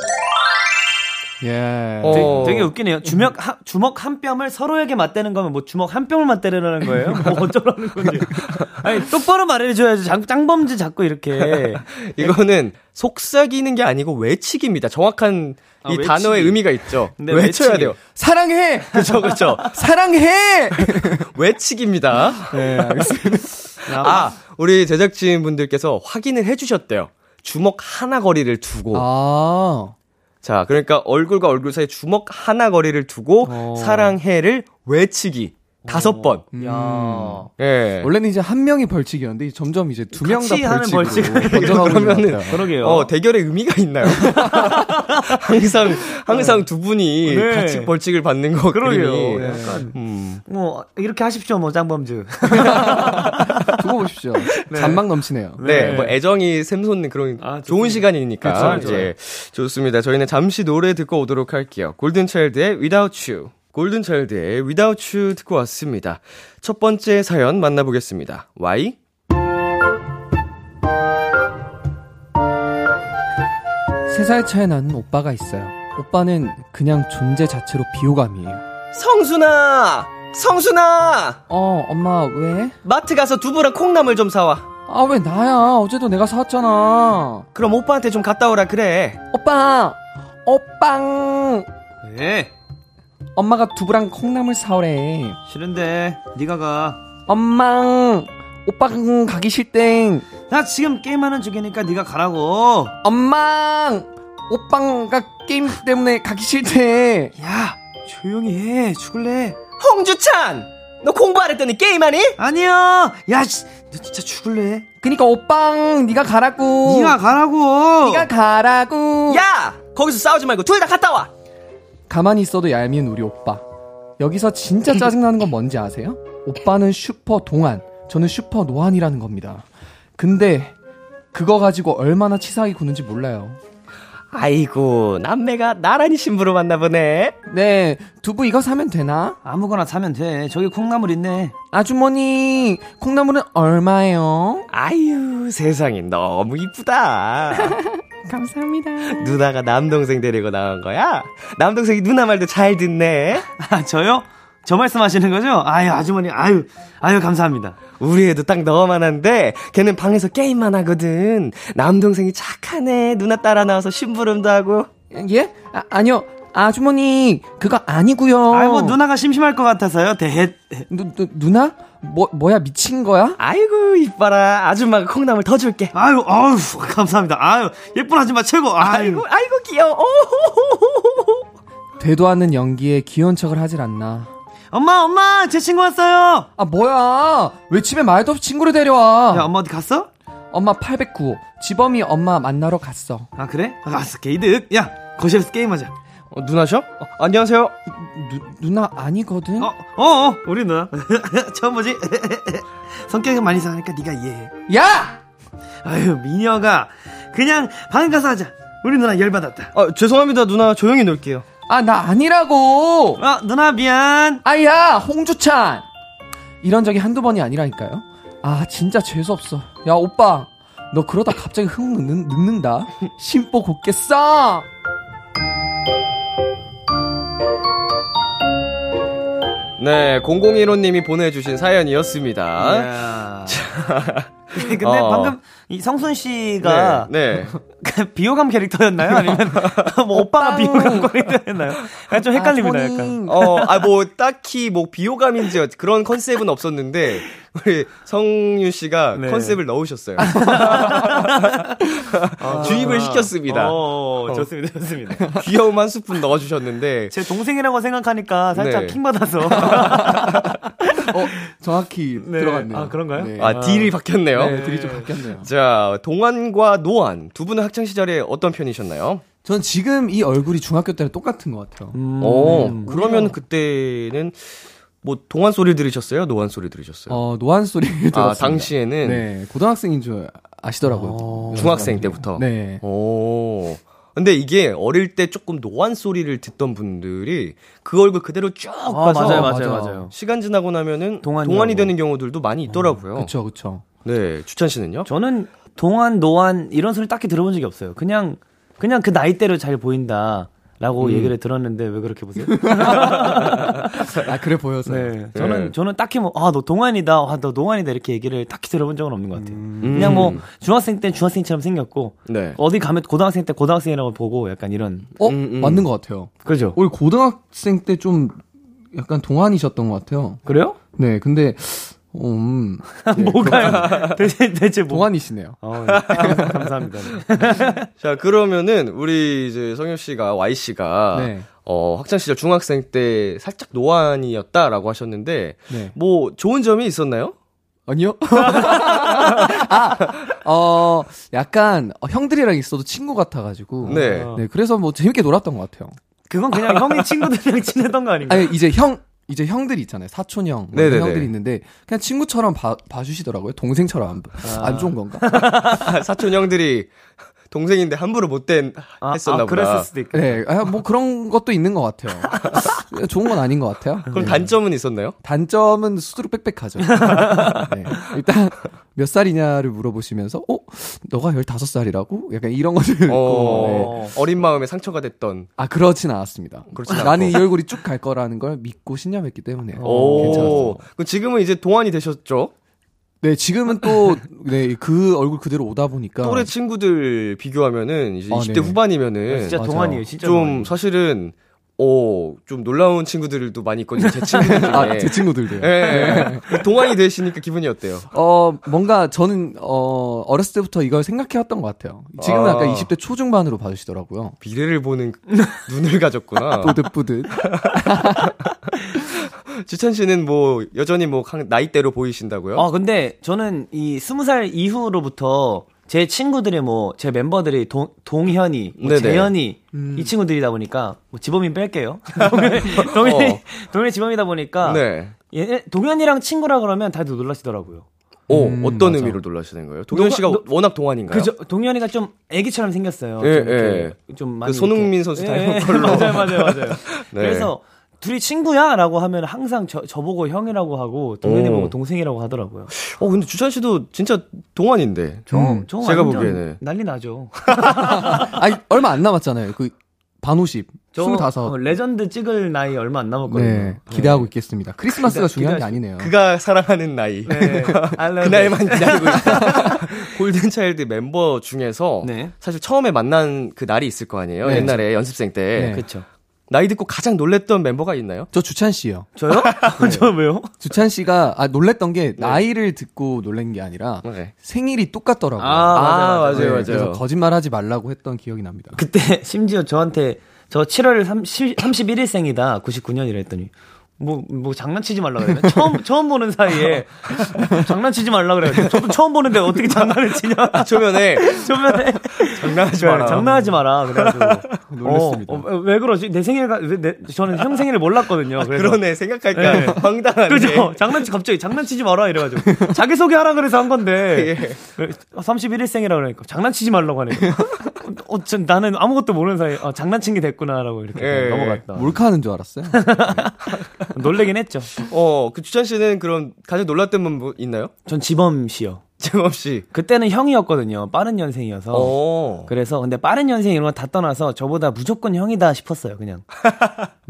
Speaker 4: 예.
Speaker 5: 되게,
Speaker 2: 어.
Speaker 5: 되게 웃기네요. 주먹, 한- 주먹 한 뼘을 서로에게 맞대는 거면 뭐 주먹 한 뼘을 맞대라는 거예요? 뭐 어쩌라는 건지. 아니, 똑바로 말해줘야지. 장- 짱범지 자꾸 이렇게.
Speaker 2: 이거는 속삭이는 게 아니고 외치기입니다. 정확한 이
Speaker 5: 아, 외치기.
Speaker 2: 단어의 의미가 있죠.
Speaker 5: 네,
Speaker 2: 외쳐야
Speaker 5: 외치기.
Speaker 2: 돼요.
Speaker 4: 사랑해!
Speaker 2: 그렇죠, 그렇죠.
Speaker 4: 사랑해!
Speaker 2: 외치기입니다.
Speaker 4: 네, 알겠습니다.
Speaker 2: 아, 우리 제작진분들께서 확인을 해주셨대요. 주먹 하나 거리를 두고.
Speaker 4: 아,
Speaker 2: 자, 그러니까 얼굴과 얼굴 사이 주먹 하나 거리를 두고
Speaker 4: 어.
Speaker 2: 사랑해를 외치기 다섯 번.
Speaker 5: 음. 야.
Speaker 2: 예.
Speaker 4: 원래는 이제 한 명이 벌칙이었는데 점점 이제 두 명 다
Speaker 5: 같이 하는
Speaker 4: 벌칙으로
Speaker 5: 벌칙을
Speaker 4: 번져가고 있는 것
Speaker 2: 그러면은
Speaker 4: 같아요.
Speaker 5: 그러게요.
Speaker 2: 어, 대결의 의미가 있나요? 항상 항상 두 분이
Speaker 5: 네.
Speaker 2: 같이 벌칙을 받는 거
Speaker 5: 그러게요. 네.
Speaker 2: 그러니.
Speaker 5: 약간
Speaker 2: 음.
Speaker 5: 뭐 이렇게 하십시오, 뭐 장범주.
Speaker 4: 두고 보십시오. 잔망 넘치네요.
Speaker 2: 네,
Speaker 5: 네.
Speaker 2: 뭐 애정이 샘솟는 그런
Speaker 5: 아, 좋습니다.
Speaker 2: 좋은 시간이니까
Speaker 5: 그렇죠, 그렇죠.
Speaker 2: 이제 좋습니다. 저희는 잠시 노래 듣고 오도록 할게요. 골든 차일드의 Without You. 골든 차일드의 Without You 듣고 왔습니다. 첫 번째 사연 만나보겠습니다. Y
Speaker 4: 세 살 차이 나는 오빠가 있어요. 오빠는 그냥 존재 자체로 비호감이에요.
Speaker 2: 성순아! 성순아!
Speaker 4: 어, 엄마 왜?
Speaker 2: 마트 가서 두부랑 콩나물 좀 사와.
Speaker 4: 아, 왜 나야? 어제도 내가 사왔잖아.
Speaker 2: 그럼 오빠한테 좀 갔다 오라 그래.
Speaker 4: 오빠! 오빵!
Speaker 5: 네.
Speaker 4: 엄마가 두부랑 콩나물 사오래.
Speaker 5: 싫은데 네가 가.
Speaker 4: 엄망! 오빠가 가기 싫땡.
Speaker 5: 나 지금 게임하는 중이니까 네가 가라고.
Speaker 4: 엄망! 오빠가 게임 때문에 가기 싫대.
Speaker 5: 야, 조용히 해. 죽을래?
Speaker 2: 홍주찬! 너 공부 안 했더니 게임하니?
Speaker 5: 아니야. 야, 씨, 너 진짜 죽을래?
Speaker 4: 그니까 오빵 네가 가라고.
Speaker 5: 네가 가라고.
Speaker 4: 네가 가라고.
Speaker 2: 야! 아, 거기서 싸우지 말고 둘 다 갔다 와!
Speaker 4: 가만히 있어도 얄미운 우리 오빠. 여기서 진짜 짜증나는 건 뭔지 아세요? 오빠는 슈퍼 동안, 저는 슈퍼 노안이라는 겁니다. 근데 그거 가지고 얼마나 치사하게 구는지 몰라요.
Speaker 2: 아이고, 남매가 나란히 신부로 만나보네.
Speaker 4: 네, 두부 이거 사면 되나?
Speaker 5: 아무거나 사면 돼. 저기 콩나물 있네.
Speaker 4: 아주머니, 콩나물은 얼마예요?
Speaker 2: 아유, 세상이 너무 이쁘다.
Speaker 4: 감사합니다.
Speaker 2: 누나가 남동생 데리고 나온 거야? 남동생이 누나 말도 잘 듣네.
Speaker 5: 아, 저요? 저 말씀하시는 거죠? 아유, 아주머니. 아유. 아유, 감사합니다.
Speaker 2: 우리 애도 딱 너만 한데 걔는 방에서 게임만 하거든. 남동생이 착하네. 누나 따라 나와서 심부름도 하고.
Speaker 4: 예? 아, 아니요. 아주머니, 그거 아니고요.
Speaker 5: 아유,
Speaker 2: 어.
Speaker 5: 뭐 누나가 심심할 것 같아서요. 대헷.
Speaker 4: 누, 누, 누나? 뭐, 뭐야, 미친 거야?
Speaker 2: 아이고 이뻐라. 아줌마가 콩나물 더 줄게.
Speaker 5: 아유, 아유, 감사합니다. 아유, 예쁜 아줌마 최고. 아유.
Speaker 2: 아이고 아이고 귀여워.
Speaker 4: 되도 않는 연기에 귀여운 척을 하질 않나.
Speaker 5: 엄마, 엄마! 제 친구 왔어요!
Speaker 4: 아 뭐야 왜 집에 말도 없이 친구를 데려와
Speaker 5: 야, 엄마 어디 갔어?
Speaker 4: 엄마 809호 지범이 엄마 만나러 갔어
Speaker 5: 아, 그래? 아, 아싸, 게이득. 야, 거실에서 게임하자.
Speaker 2: 어, 누나셔? 어, 안녕하세요.
Speaker 4: 누, 누나 아니거든
Speaker 5: 어, 어, 어, 우리 누나. 처음 보지? 성격이 많이 상하니까 네가 이해해.
Speaker 4: 야!
Speaker 5: 아유, 미녀가. 그냥 방에 가서 하자. 우리 누나 열받았다.
Speaker 2: 아, 죄송합니다, 누나. 조용히 놀게요.
Speaker 4: 아 나 아니라고
Speaker 5: 어, 누나 미안.
Speaker 4: 아야 홍주찬 이런 적이 한두 번이 아니라니까요 아 진짜 재수 없어 야 오빠 너 그러다 갑자기 흥 늙는, 늙는다 심보 곱게 싸
Speaker 2: 네, 001호님이 보내주신 사연이었습니다.
Speaker 5: 야. 근데
Speaker 2: 어.
Speaker 5: 방금 이 성순 씨가 그
Speaker 2: 네, 네.
Speaker 5: 비호감 캐릭터였나요? 아니면 뭐 오빠가 비호감 캐릭터였나요? 약간 좀 헷갈립니다,
Speaker 4: 아,
Speaker 5: 약간.
Speaker 4: 손이-
Speaker 2: 어, 아, 뭐, 딱히, 뭐, 비호감인지 어- 그런 컨셉은 없었는데, 우리 성윤 씨가
Speaker 5: 네.
Speaker 2: 컨셉을 넣으셨어요. 아, 주입을 시켰습니다.
Speaker 5: 어, 좋습니다, 좋습니다.
Speaker 2: 귀여움 한 스푼 넣어주셨는데,
Speaker 5: 제 동생이라고 생각하니까 살짝
Speaker 2: 네.
Speaker 5: 킹받아서.
Speaker 4: 어 정확히
Speaker 5: 네.
Speaker 4: 들어갔네요
Speaker 5: 아, 그런가요?
Speaker 4: 네.
Speaker 2: 아, 딜이 바뀌었네요.
Speaker 4: 네, 둘이 좀 바뀌었네요
Speaker 2: 자, 동안과 노안, 두 분은 학창시절에 어떤 편이셨나요?
Speaker 4: 전 지금 이 얼굴이 중학교 때랑 똑같은 것 같아요
Speaker 2: 어, 그러면 그때는, 뭐, 동안 소리 들으셨어요? 노안 소리 들으셨어요?
Speaker 4: 어 노안 소리 들었습니다
Speaker 2: 아, 당시에는
Speaker 4: 네 고등학생인 줄 아시더라고요
Speaker 2: 중학생 때부터.
Speaker 5: 예.
Speaker 4: 네
Speaker 2: 오. 근데 이게 어릴 때 조금 노안 소리를 듣던 분들이 그 얼굴 그대로 쭉 가서
Speaker 5: 어, 맞아요,
Speaker 4: 맞아요,
Speaker 5: 맞아요.
Speaker 2: 시간 지나고 나면은 동안이,
Speaker 5: 동안이라고. 아,
Speaker 2: 되는 경우들도 많이 있더라고요.
Speaker 4: 그쵸 그쵸
Speaker 2: 네, 추찬 씨는요?
Speaker 5: 저는 동안 노안 이런 소리 딱히 들어본 적이 없어요. 그냥 그냥 그 나이대로 잘 보인다라고
Speaker 4: 음.
Speaker 5: 얘기를 들었는데 왜 그렇게 보세요?
Speaker 4: 아 그래 보여서
Speaker 5: 네.
Speaker 2: 네.
Speaker 5: 저는 저는 딱히 뭐 아 너 동안이다, 아 너 노안이다 이렇게 얘기를 딱히 들어본 적은 없는 것 같아요. 그냥 뭐 중학생 때 중학생처럼 생겼고
Speaker 2: 네.
Speaker 5: 어디 가면 고등학생 때 고등학생이라고 보고 약간 이런
Speaker 4: 어
Speaker 2: 음, 음.
Speaker 4: 맞는 것 같아요
Speaker 5: 그죠?
Speaker 4: 우리 고등학생 때 좀 약간 동안이셨던 것 같아요.
Speaker 5: 그래요?
Speaker 4: 네, 근데 음,
Speaker 5: 뭐가요? 대체 대체 뭐?
Speaker 4: 동안이시네요.
Speaker 5: 어, 네. 감사합니다. 네.
Speaker 2: 자, 그러면은 우리 이제 성엽 씨가 Y 씨가
Speaker 4: 네.
Speaker 2: 어, 학창 시절 중학생 때 살짝 노안이었다라고 하셨는데
Speaker 4: 네.
Speaker 2: 뭐 좋은 점이 있었나요?
Speaker 4: 아니요? 아, 어, 약간 어, 형들이랑 있어도 친구 같아가지고.
Speaker 2: 네.
Speaker 4: 네, 그래서 뭐 재밌게 놀았던 것 같아요.
Speaker 5: 그건 그냥 형이 친구들이랑 지내던 거 아닌가요?
Speaker 4: 아니 이제 형 이제 형들이 있잖아요. 사촌 형, 뭐
Speaker 2: 네네네.
Speaker 4: 형들이 있는데 그냥 친구처럼 봐, 봐주시더라고요. 동생처럼 안, 안 좋은 건가?
Speaker 2: 아, 사촌 형들이 동생인데 함부로 못된
Speaker 5: 아,
Speaker 2: 했었나
Speaker 5: 아,
Speaker 2: 보다.
Speaker 5: 그랬을 수도 있고.
Speaker 4: 네, 아, 뭐 그런 것도 있는 것 같아요. 좋은 건 아닌 것 같아요.
Speaker 2: 그럼
Speaker 4: 네.
Speaker 2: 단점은 있었나요?
Speaker 4: 단점은 수두룩 빽빽하죠. 네. 일단 몇 살이냐를 물어보시면서 어 너가 15살이라고? 약간 이런 것들 있고. 네.
Speaker 2: 어, 어린 마음에 상처가 됐던
Speaker 4: 아 그렇진 않았습니다.
Speaker 2: 그렇진
Speaker 4: 나는 이 얼굴이 쭉 갈 거라는 걸 믿고 신념했기 때문에
Speaker 2: 오.
Speaker 4: 괜찮았어요.
Speaker 2: 그럼 지금은 이제 동안이 되셨죠?
Speaker 4: 네 지금은 또네그 얼굴 그대로 오다 보니까
Speaker 2: 또래 친구들 비교하면은 이제
Speaker 4: 어. 아,
Speaker 2: 20대
Speaker 4: 네.
Speaker 2: 후반이면은
Speaker 5: 진짜
Speaker 4: 맞아요.
Speaker 5: 동안이에요, 진짜.
Speaker 2: 좀
Speaker 5: 동안이에요.
Speaker 2: 사실은 어, 좀 놀라운 친구들도 많이 있거든요. 제 친구들 중에.
Speaker 4: 아제 친구들도요.
Speaker 2: 예, 예. 동안이 되시니까 기분이 어때요?
Speaker 4: 어 뭔가 저는 어 어렸을 때부터 이걸 생각해왔던 것 같아요. 지금은
Speaker 2: 아.
Speaker 4: 약간 20대 초중반으로 봐주시더라고요.
Speaker 2: 미래를 보는 눈을
Speaker 4: 아,
Speaker 2: 가졌구나.
Speaker 4: 뿌듯뿌듯.
Speaker 2: 지찬 씨는 뭐 여전히 뭐 강- 나이대로 보이신다고요?
Speaker 5: 아, 근데 저는 이 스무 살 이후로부터 제 친구들이 뭐 제 멤버들이 동, 동현이, 뭐
Speaker 2: 네네.
Speaker 5: 재현이 이 친구들이다 보니까 뭐 지범이 뺄게요. 동현이, 동현이, 동현이 지범이다 보니까
Speaker 2: 어. 네.
Speaker 5: 얘- 동현이랑 친구라 그러면 다들 놀라시더라고요.
Speaker 2: 오,
Speaker 4: 음,
Speaker 2: 어떤 의미로 놀라시는 거예요? 동현
Speaker 5: 노가-
Speaker 2: 씨가
Speaker 5: 노-
Speaker 2: 워낙 동안인가요?
Speaker 5: 그죠? 동현이가 좀 애기처럼 생겼어요.
Speaker 2: 예,
Speaker 5: 좀, 이렇게 좀 많이
Speaker 2: 그 손흥민 선수
Speaker 5: 이렇게-
Speaker 2: 닮은
Speaker 5: 예, 예.
Speaker 2: 걸로.
Speaker 5: 맞아요, 맞아요, 맞아요.
Speaker 2: 네.
Speaker 5: 그래서 둘이 친구야라고 하면 항상 저, 저보고 형이라고 하고 동현이
Speaker 2: 오.
Speaker 5: 보고 동생이라고 하더라고요.
Speaker 2: 어, 근데 주찬 씨도 진짜 동안인데.
Speaker 4: 음.
Speaker 5: 저
Speaker 2: 제가
Speaker 5: 완전
Speaker 2: 보기에는.
Speaker 5: 난리 나죠.
Speaker 4: 아니 얼마 안 남았잖아요. 그반 50, 25.
Speaker 5: 어, 레전드 찍을 나이 얼마 안 남았거든요.
Speaker 4: 네, 기대하고 있겠습니다. 크리스마스가
Speaker 5: 기대-
Speaker 4: 중요한 게
Speaker 5: 기대하시-
Speaker 4: 아니네요.
Speaker 2: 그가 사랑하는 나이.
Speaker 5: 네. I love
Speaker 2: 그날만 기다리고 있다. 골든차일드 멤버 중에서
Speaker 5: 네.
Speaker 2: 사실 처음에 만난 그 날이 있을 거 아니에요?
Speaker 4: 네.
Speaker 2: 옛날에 연습생 때.
Speaker 4: 네.
Speaker 5: 그쵸
Speaker 2: 나이 듣고 가장 놀랬던 멤버가 있나요?
Speaker 4: 저 주찬 씨요.
Speaker 5: 저요? 저 왜요?
Speaker 4: 주찬 씨가 아 놀랬던 게 나이를 듣고 놀란 게 아니라
Speaker 2: 네.
Speaker 4: 생일이 똑같더라고요.
Speaker 2: 아, 맞아요, 맞아요.
Speaker 4: 그래서 거짓말하지 말라고 했던 기억이 납니다.
Speaker 5: 그때 심지어 저한테 저 7월 30, 31일생이다. 99년이라 했더니 뭐, 뭐, 장난치지 말라 그래요. 처음, 처음 보는 사이에. 장난치지 말라 그래요. 저도 처음 보는데 어떻게 장난을 치냐.
Speaker 2: 초면에
Speaker 5: 초면에. 아, 네, 장난하지
Speaker 2: 마라.
Speaker 5: 장난하지 마라. 그래가지고.
Speaker 2: 놀랬습니다.
Speaker 5: 어, 어, 왜 그러지? 내 생일가, 왜 내, 저는 형 생일을 몰랐거든요. 그래서.
Speaker 2: 그러네 생각할까
Speaker 5: 네.
Speaker 2: 황당하네.
Speaker 5: 그죠? 장난치, 갑자기 장난치지 마라 이래가지고. 자기소개 하라 그래서 한
Speaker 2: 예.
Speaker 5: 건데. 31일생이라 그러니까. 장난치지 말라고 하네요. 어, 어, 전 나는 아무것도 모르는 사이에, 아, 장난친 게 됐구나라고 이렇게
Speaker 2: 예.
Speaker 5: 넘어갔다.
Speaker 4: 몰카하는 줄 알았어요.
Speaker 5: 놀래긴 했죠.
Speaker 2: 어, 그 주찬 씨는 그럼 가장 놀랐던 분 뭐 있나요?
Speaker 5: 전 지범 씨요.
Speaker 2: 재범 씨.
Speaker 5: 그때는 형이었거든요. 빠른 년생이어서.
Speaker 2: 어.
Speaker 5: 그래서 근데 빠른 년생 이런 거 다 떠나서 저보다 무조건 형이다 싶었어요. 그냥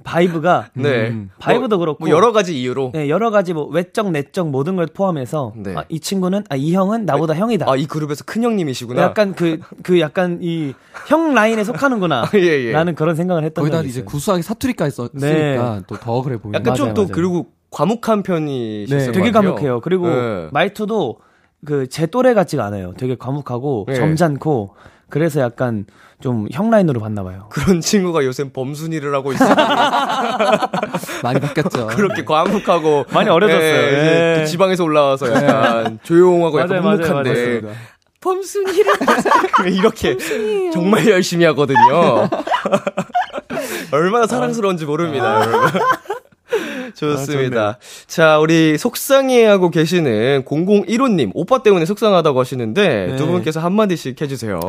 Speaker 5: 바이브가
Speaker 2: 네.
Speaker 5: 음, 바이브도
Speaker 2: 뭐,
Speaker 5: 그렇고
Speaker 2: 뭐 여러 가지 이유로.
Speaker 5: 네, 여러 가지 뭐 외적 내적 모든 걸 포함해서
Speaker 2: 네.
Speaker 5: 아, 이 친구는 아 이 형은 나보다 형이다.
Speaker 2: 아, 이 그룹에서 큰 형님이시구나.
Speaker 5: 약간 그 그 약간 이 형 라인에 속하는구나.
Speaker 2: 예, 예.
Speaker 5: 라는 그런 생각을 했던
Speaker 4: 거의 다
Speaker 5: 적이
Speaker 4: 이제
Speaker 5: 있어요.
Speaker 4: 구수하게 사투리까지 써-
Speaker 5: 네.
Speaker 4: 쓰니까 또 더 그래 보이는.
Speaker 2: 약간 좀
Speaker 5: 맞아요,
Speaker 2: 또
Speaker 5: 맞아요.
Speaker 2: 그리고 과묵한 편이셨을
Speaker 4: 네.
Speaker 2: 것
Speaker 5: 되게
Speaker 2: 같아요.
Speaker 5: 과묵해요. 그리고
Speaker 2: 네.
Speaker 5: 말투도 그 제 또래 같지가 않아요. 되게 과묵하고
Speaker 2: 네.
Speaker 5: 점잖고 그래서 약간 좀 형 라인으로 봤나 봐요.
Speaker 2: 그런 친구가 요새 범순이를 하고 있어.
Speaker 4: 많이 바뀌었죠.
Speaker 2: 그렇게 과묵하고
Speaker 5: 많이 어려졌어요.
Speaker 2: 이제
Speaker 5: 예. 네.
Speaker 2: 그 지방에서 올라와서 약간 조용하고 약간
Speaker 5: 맞아요, 맞아요,
Speaker 2: 묵묵한데
Speaker 5: 맞습니다.
Speaker 2: 범순이를 이렇게 정말 열심히 하거든요.
Speaker 5: 아.
Speaker 2: 얼마나 사랑스러운지 모릅니다. 여러분. 좋습니다.
Speaker 5: 아,
Speaker 2: 자, 우리 속상해하고 계시는 001호님, 오빠 때문에 속상하다고 하시는데,
Speaker 5: 네.
Speaker 2: 두 분께서 한마디씩 해주세요.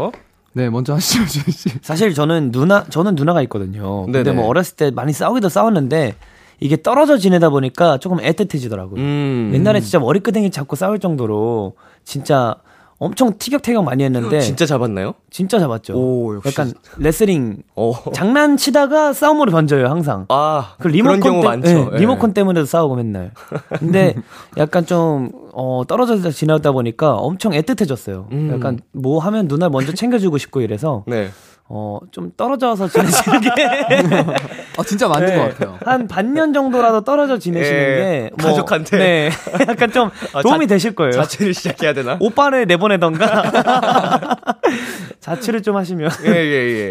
Speaker 4: 네, 먼저 하시죠, 준 씨.
Speaker 5: 사실 저는 누나 저는 누나가 있거든요. 근데
Speaker 2: 네네.
Speaker 5: 뭐 어렸을 때 많이 싸우기도 싸웠는데 이게 떨어져 지내다 보니까 조금 애틋해지더라고요.
Speaker 2: 음,
Speaker 5: 옛날에 진짜 머리끄댕이 잡고 싸울 정도로 진짜 엄청 티격태격 많이 했는데 진짜,
Speaker 2: 진짜 잡았나요?
Speaker 5: 잡았죠.
Speaker 2: 오, 역시.
Speaker 5: 약간 레슬링
Speaker 2: 어.
Speaker 5: 장난치다가 싸움으로 번져요 항상.
Speaker 2: 아,
Speaker 5: 그
Speaker 2: 그런
Speaker 5: 리모컨
Speaker 2: 경우
Speaker 5: 때-
Speaker 2: 많죠.
Speaker 5: 네,
Speaker 2: 예.
Speaker 5: 리모컨 때문에도 싸우고 맨날. 근데 약간 좀 어, 떨어져서 지내다 보니까 엄청 애틋해졌어요.
Speaker 2: 음.
Speaker 5: 약간 뭐 하면 누나 먼저 챙겨주고 싶고 이래서
Speaker 2: 네.
Speaker 5: 어, 좀 떨어져서 지내시는 게.
Speaker 4: 아, 진짜 맞는
Speaker 5: 네,
Speaker 4: 것 같아요.
Speaker 5: 한 반년 정도라도 떨어져 지내시는
Speaker 2: 예,
Speaker 5: 게. 뭐,
Speaker 2: 가족한테.
Speaker 5: 네. 약간 좀
Speaker 2: 아,
Speaker 5: 도움이
Speaker 2: 자-
Speaker 5: 되실 거예요.
Speaker 2: 자체를 시작해야 되나?
Speaker 5: 오빠를 내보내던가. 자취를 좀 하시면.
Speaker 2: 예, 예,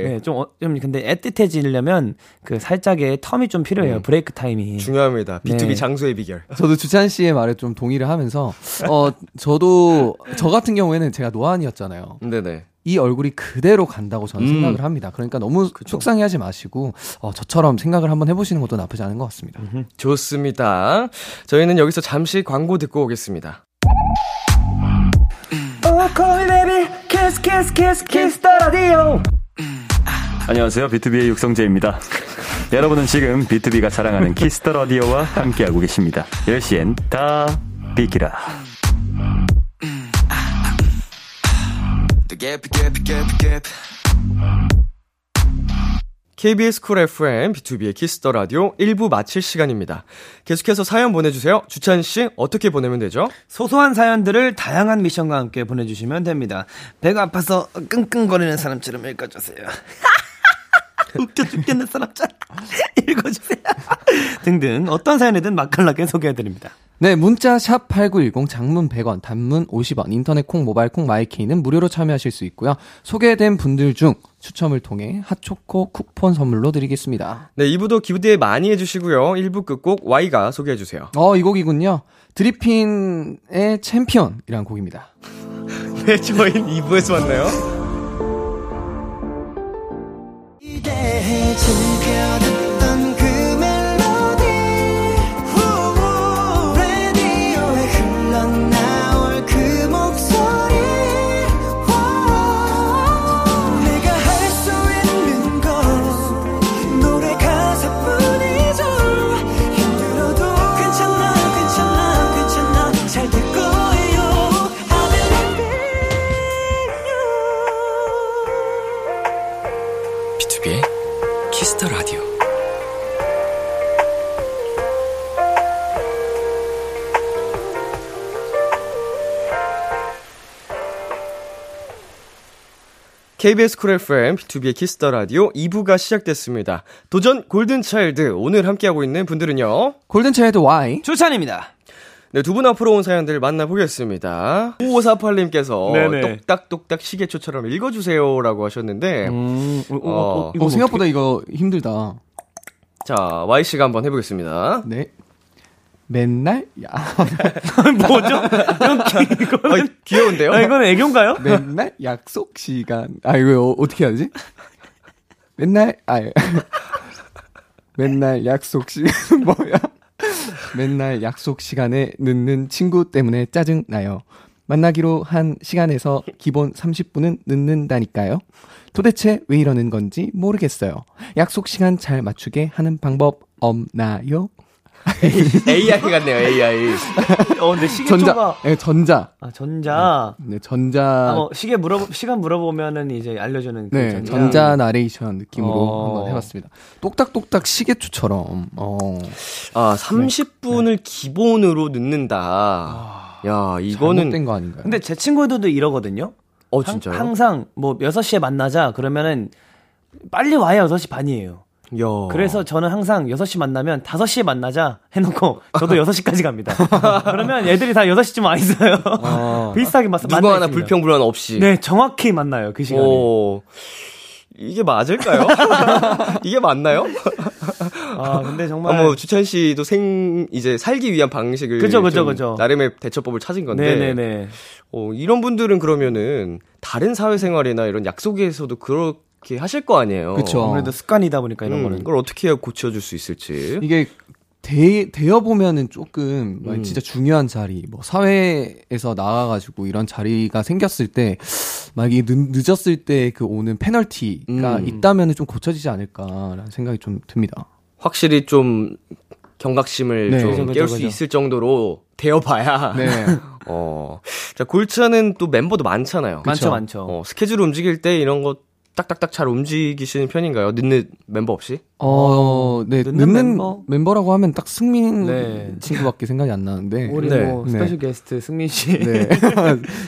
Speaker 2: 예.
Speaker 5: 네, 좀, 어- 좀, 근데 애틋해지려면 그 살짝의 텀이 좀 필요해요. 브레이크 타임이.
Speaker 2: 중요합니다. B2B
Speaker 5: 네.
Speaker 2: 장소의 비결.
Speaker 4: 저도 주찬 씨의 말에 좀 동의를 하면서, 어, 저도, 저 같은 경우에는 제가 노안이었잖아요.
Speaker 2: 네네.
Speaker 4: 이 얼굴이 그대로 간다고 저는
Speaker 2: 음.
Speaker 4: 생각을 합니다. 그러니까 너무 속상해 하지 마시고, 어, 저처럼 생각을 한번 해보시는 것도 나쁘지 않은 것 같습니다.
Speaker 2: 좋습니다. 저희는 여기서 잠시 광고 듣고 오겠습니다.
Speaker 8: 안녕하세요. 비투비의 육성재입니다. 여러분은 지금 비투비가 사랑하는 키스터 라디오와 함께하고 계십니다. 10시엔 다 비키라.
Speaker 2: KBS 쿨 FM B2B의 키스터 라디오 1부 마칠 시간입니다. 계속해서 사연 보내주세요. 주찬 씨 어떻게 보내면 되죠?
Speaker 5: 소소한 사연들을 다양한 미션과 함께 보내주시면 됩니다. 배가 아파서 끙끙거리는 사람처럼 읽어주세요. 웃겨 죽겠는 사람처럼 읽어주세요. 등등 어떤 사연이든 맛깔나게 소개해드립니다.
Speaker 4: 네, 문자 샵 8910 장문 100원, 단문 50원, 인터넷 콩, 모바일 콩, 마이케이는 무료로 참여하실 수 있고요. 소개된 분들 중 추첨을 통해 핫초코 쿠폰 선물로 드리겠습니다.
Speaker 2: 네, 2부도 기대 많이 해주시고요. 1부 끝곡 Y가 소개해주세요.
Speaker 4: 어, 이 곡이군요. 드리핀의 챔피언이라는 곡입니다.
Speaker 2: 네, 저희는 2부에서 만나요.
Speaker 3: 기대해 즐겨 듣던 그 멜로디 후, 라디오에 흘러나올 그 목소리 와, 내가 할 수 있는 건 노래 가사뿐이죠 힘들어도 괜찮아 괜찮아 괜찮아 잘 될 거예요 I believe in you
Speaker 1: B2B의 키스터 라디오.
Speaker 2: KBS 쿨 FM B2B의 키스터 라디오 2부가 시작됐습니다. 도전 골든 차일드 오늘 함께하고 있는 분들은요.
Speaker 4: 골든차일드 Y.
Speaker 5: 추천입니다.
Speaker 2: 네, 두 분 앞으로 온 사연들 만나보겠습니다. 5548님께서
Speaker 5: 네네.
Speaker 2: 똑딱똑딱 시계초처럼 읽어주세요라고 하셨는데,
Speaker 5: 음.
Speaker 2: 어,
Speaker 4: 어, 생각보다 이거 힘들다.
Speaker 2: 자, Y씨가 한번 해보겠습니다.
Speaker 4: 네. 맨날 야
Speaker 5: 뭐죠? 이거
Speaker 2: 아, 귀여운데요?
Speaker 5: 네. 아, 이건 애교인가요?
Speaker 4: 맨날 약속 시간 아 이거 어, 어떻게 해야 되지? 맨날 아 맨날 약속 시간 뭐야? 맨날 약속 시간에 늦는 친구 때문에 짜증 나요. 만나기로 한 시간에서 기본 30분은 늦는다니까요. 도대체 왜 이러는 건지 모르겠어요. 약속 시간 잘 맞추게 하는 방법 없나요?
Speaker 2: AI 같네요, AI.
Speaker 5: 어, 근데 시계초가
Speaker 4: 전자, 예, 전자,
Speaker 5: 아, 전자.
Speaker 4: 네, 전자,
Speaker 5: 아, 뭐 시계 물어 시간 물어보면은 이제 알려주는 그
Speaker 4: 네,
Speaker 5: 전자.
Speaker 4: 전자 나레이션 느낌으로
Speaker 5: 어.
Speaker 4: 한번 해봤습니다. 똑딱똑딱 시계추처럼. 어.
Speaker 2: 아, 30분을
Speaker 5: 네.
Speaker 2: 기본으로 늦는다.
Speaker 5: 아,
Speaker 2: 야, 이거는
Speaker 4: 잘못된 거 아닌가요?
Speaker 5: 근데 제 친구들도 이러거든요.
Speaker 2: 어
Speaker 5: 항-
Speaker 2: 진짜요?
Speaker 5: 항상 뭐 6시에 만나자 그러면은 빨리 와야 6시 반이에요.
Speaker 2: 야.
Speaker 5: 그래서 저는 항상 6시 만나면 5시에 만나자 해놓고 저도 6시까지 갑니다. 그러면 애들이 다 6시쯤 와 있어요. 비슷하게 맞,
Speaker 2: 누구
Speaker 5: 만나
Speaker 2: 하나
Speaker 5: 있습니다.
Speaker 2: 불평 불안 없이.
Speaker 5: 네, 정확히 만나요, 그 시간에.
Speaker 2: 오. 이게 맞을까요? 이게 맞나요?
Speaker 5: 아, 근데 정말.
Speaker 2: 아, 뭐 주찬 씨도 생 이제 살기 위한 방식을
Speaker 5: 그죠, 그죠,
Speaker 2: 좀
Speaker 5: 그죠.
Speaker 2: 나름의 대처법을 찾은 건데
Speaker 5: 네네네.
Speaker 2: 어, 이런 분들은 그러면은 다른 사회생활이나 이런 약속에서도 그렇게 하실 거 아니에요.
Speaker 4: 그쵸.
Speaker 5: 아무래도 습관이다 보니까 이런
Speaker 2: 어. 음,
Speaker 5: 거는.
Speaker 2: 이걸 어떻게 해야 고쳐줄 수 있을지.
Speaker 4: 이게 대, 되어 보면은 조금 막
Speaker 5: 음.
Speaker 4: 진짜 중요한 자리, 뭐 사회에서 나가가지고 이런 자리가 생겼을 때, 만약에 늦, 었을 때 그 오는 페널티가
Speaker 2: 음.
Speaker 4: 있다면은 좀 고쳐지지 않을까라는 생각이 좀 듭니다.
Speaker 2: 확실히 좀 경각심을
Speaker 4: 네.
Speaker 2: 좀
Speaker 4: 그죠,
Speaker 5: 그죠,
Speaker 2: 깨울 수
Speaker 5: 그죠.
Speaker 2: 있을 정도로 되어봐야.
Speaker 5: 네.
Speaker 2: 어. 자, 골차는 또 멤버도 많잖아요.
Speaker 5: 많죠, 많죠.
Speaker 2: 어, 스케줄 움직일 때 이런 거 딱딱딱 잘 움직이시는 편인가요? 늦는 멤버 없이?
Speaker 4: 어, 네.
Speaker 5: 늦는
Speaker 4: 늦는,
Speaker 5: 멤버?
Speaker 4: 멤버? 라고 하면 딱 승민
Speaker 5: 네.
Speaker 4: 친구밖에 생각이 안 나는데.
Speaker 5: 우리
Speaker 2: 네.
Speaker 5: 뭐
Speaker 4: 네.
Speaker 5: 스페셜 게스트 승민 씨.
Speaker 4: 네.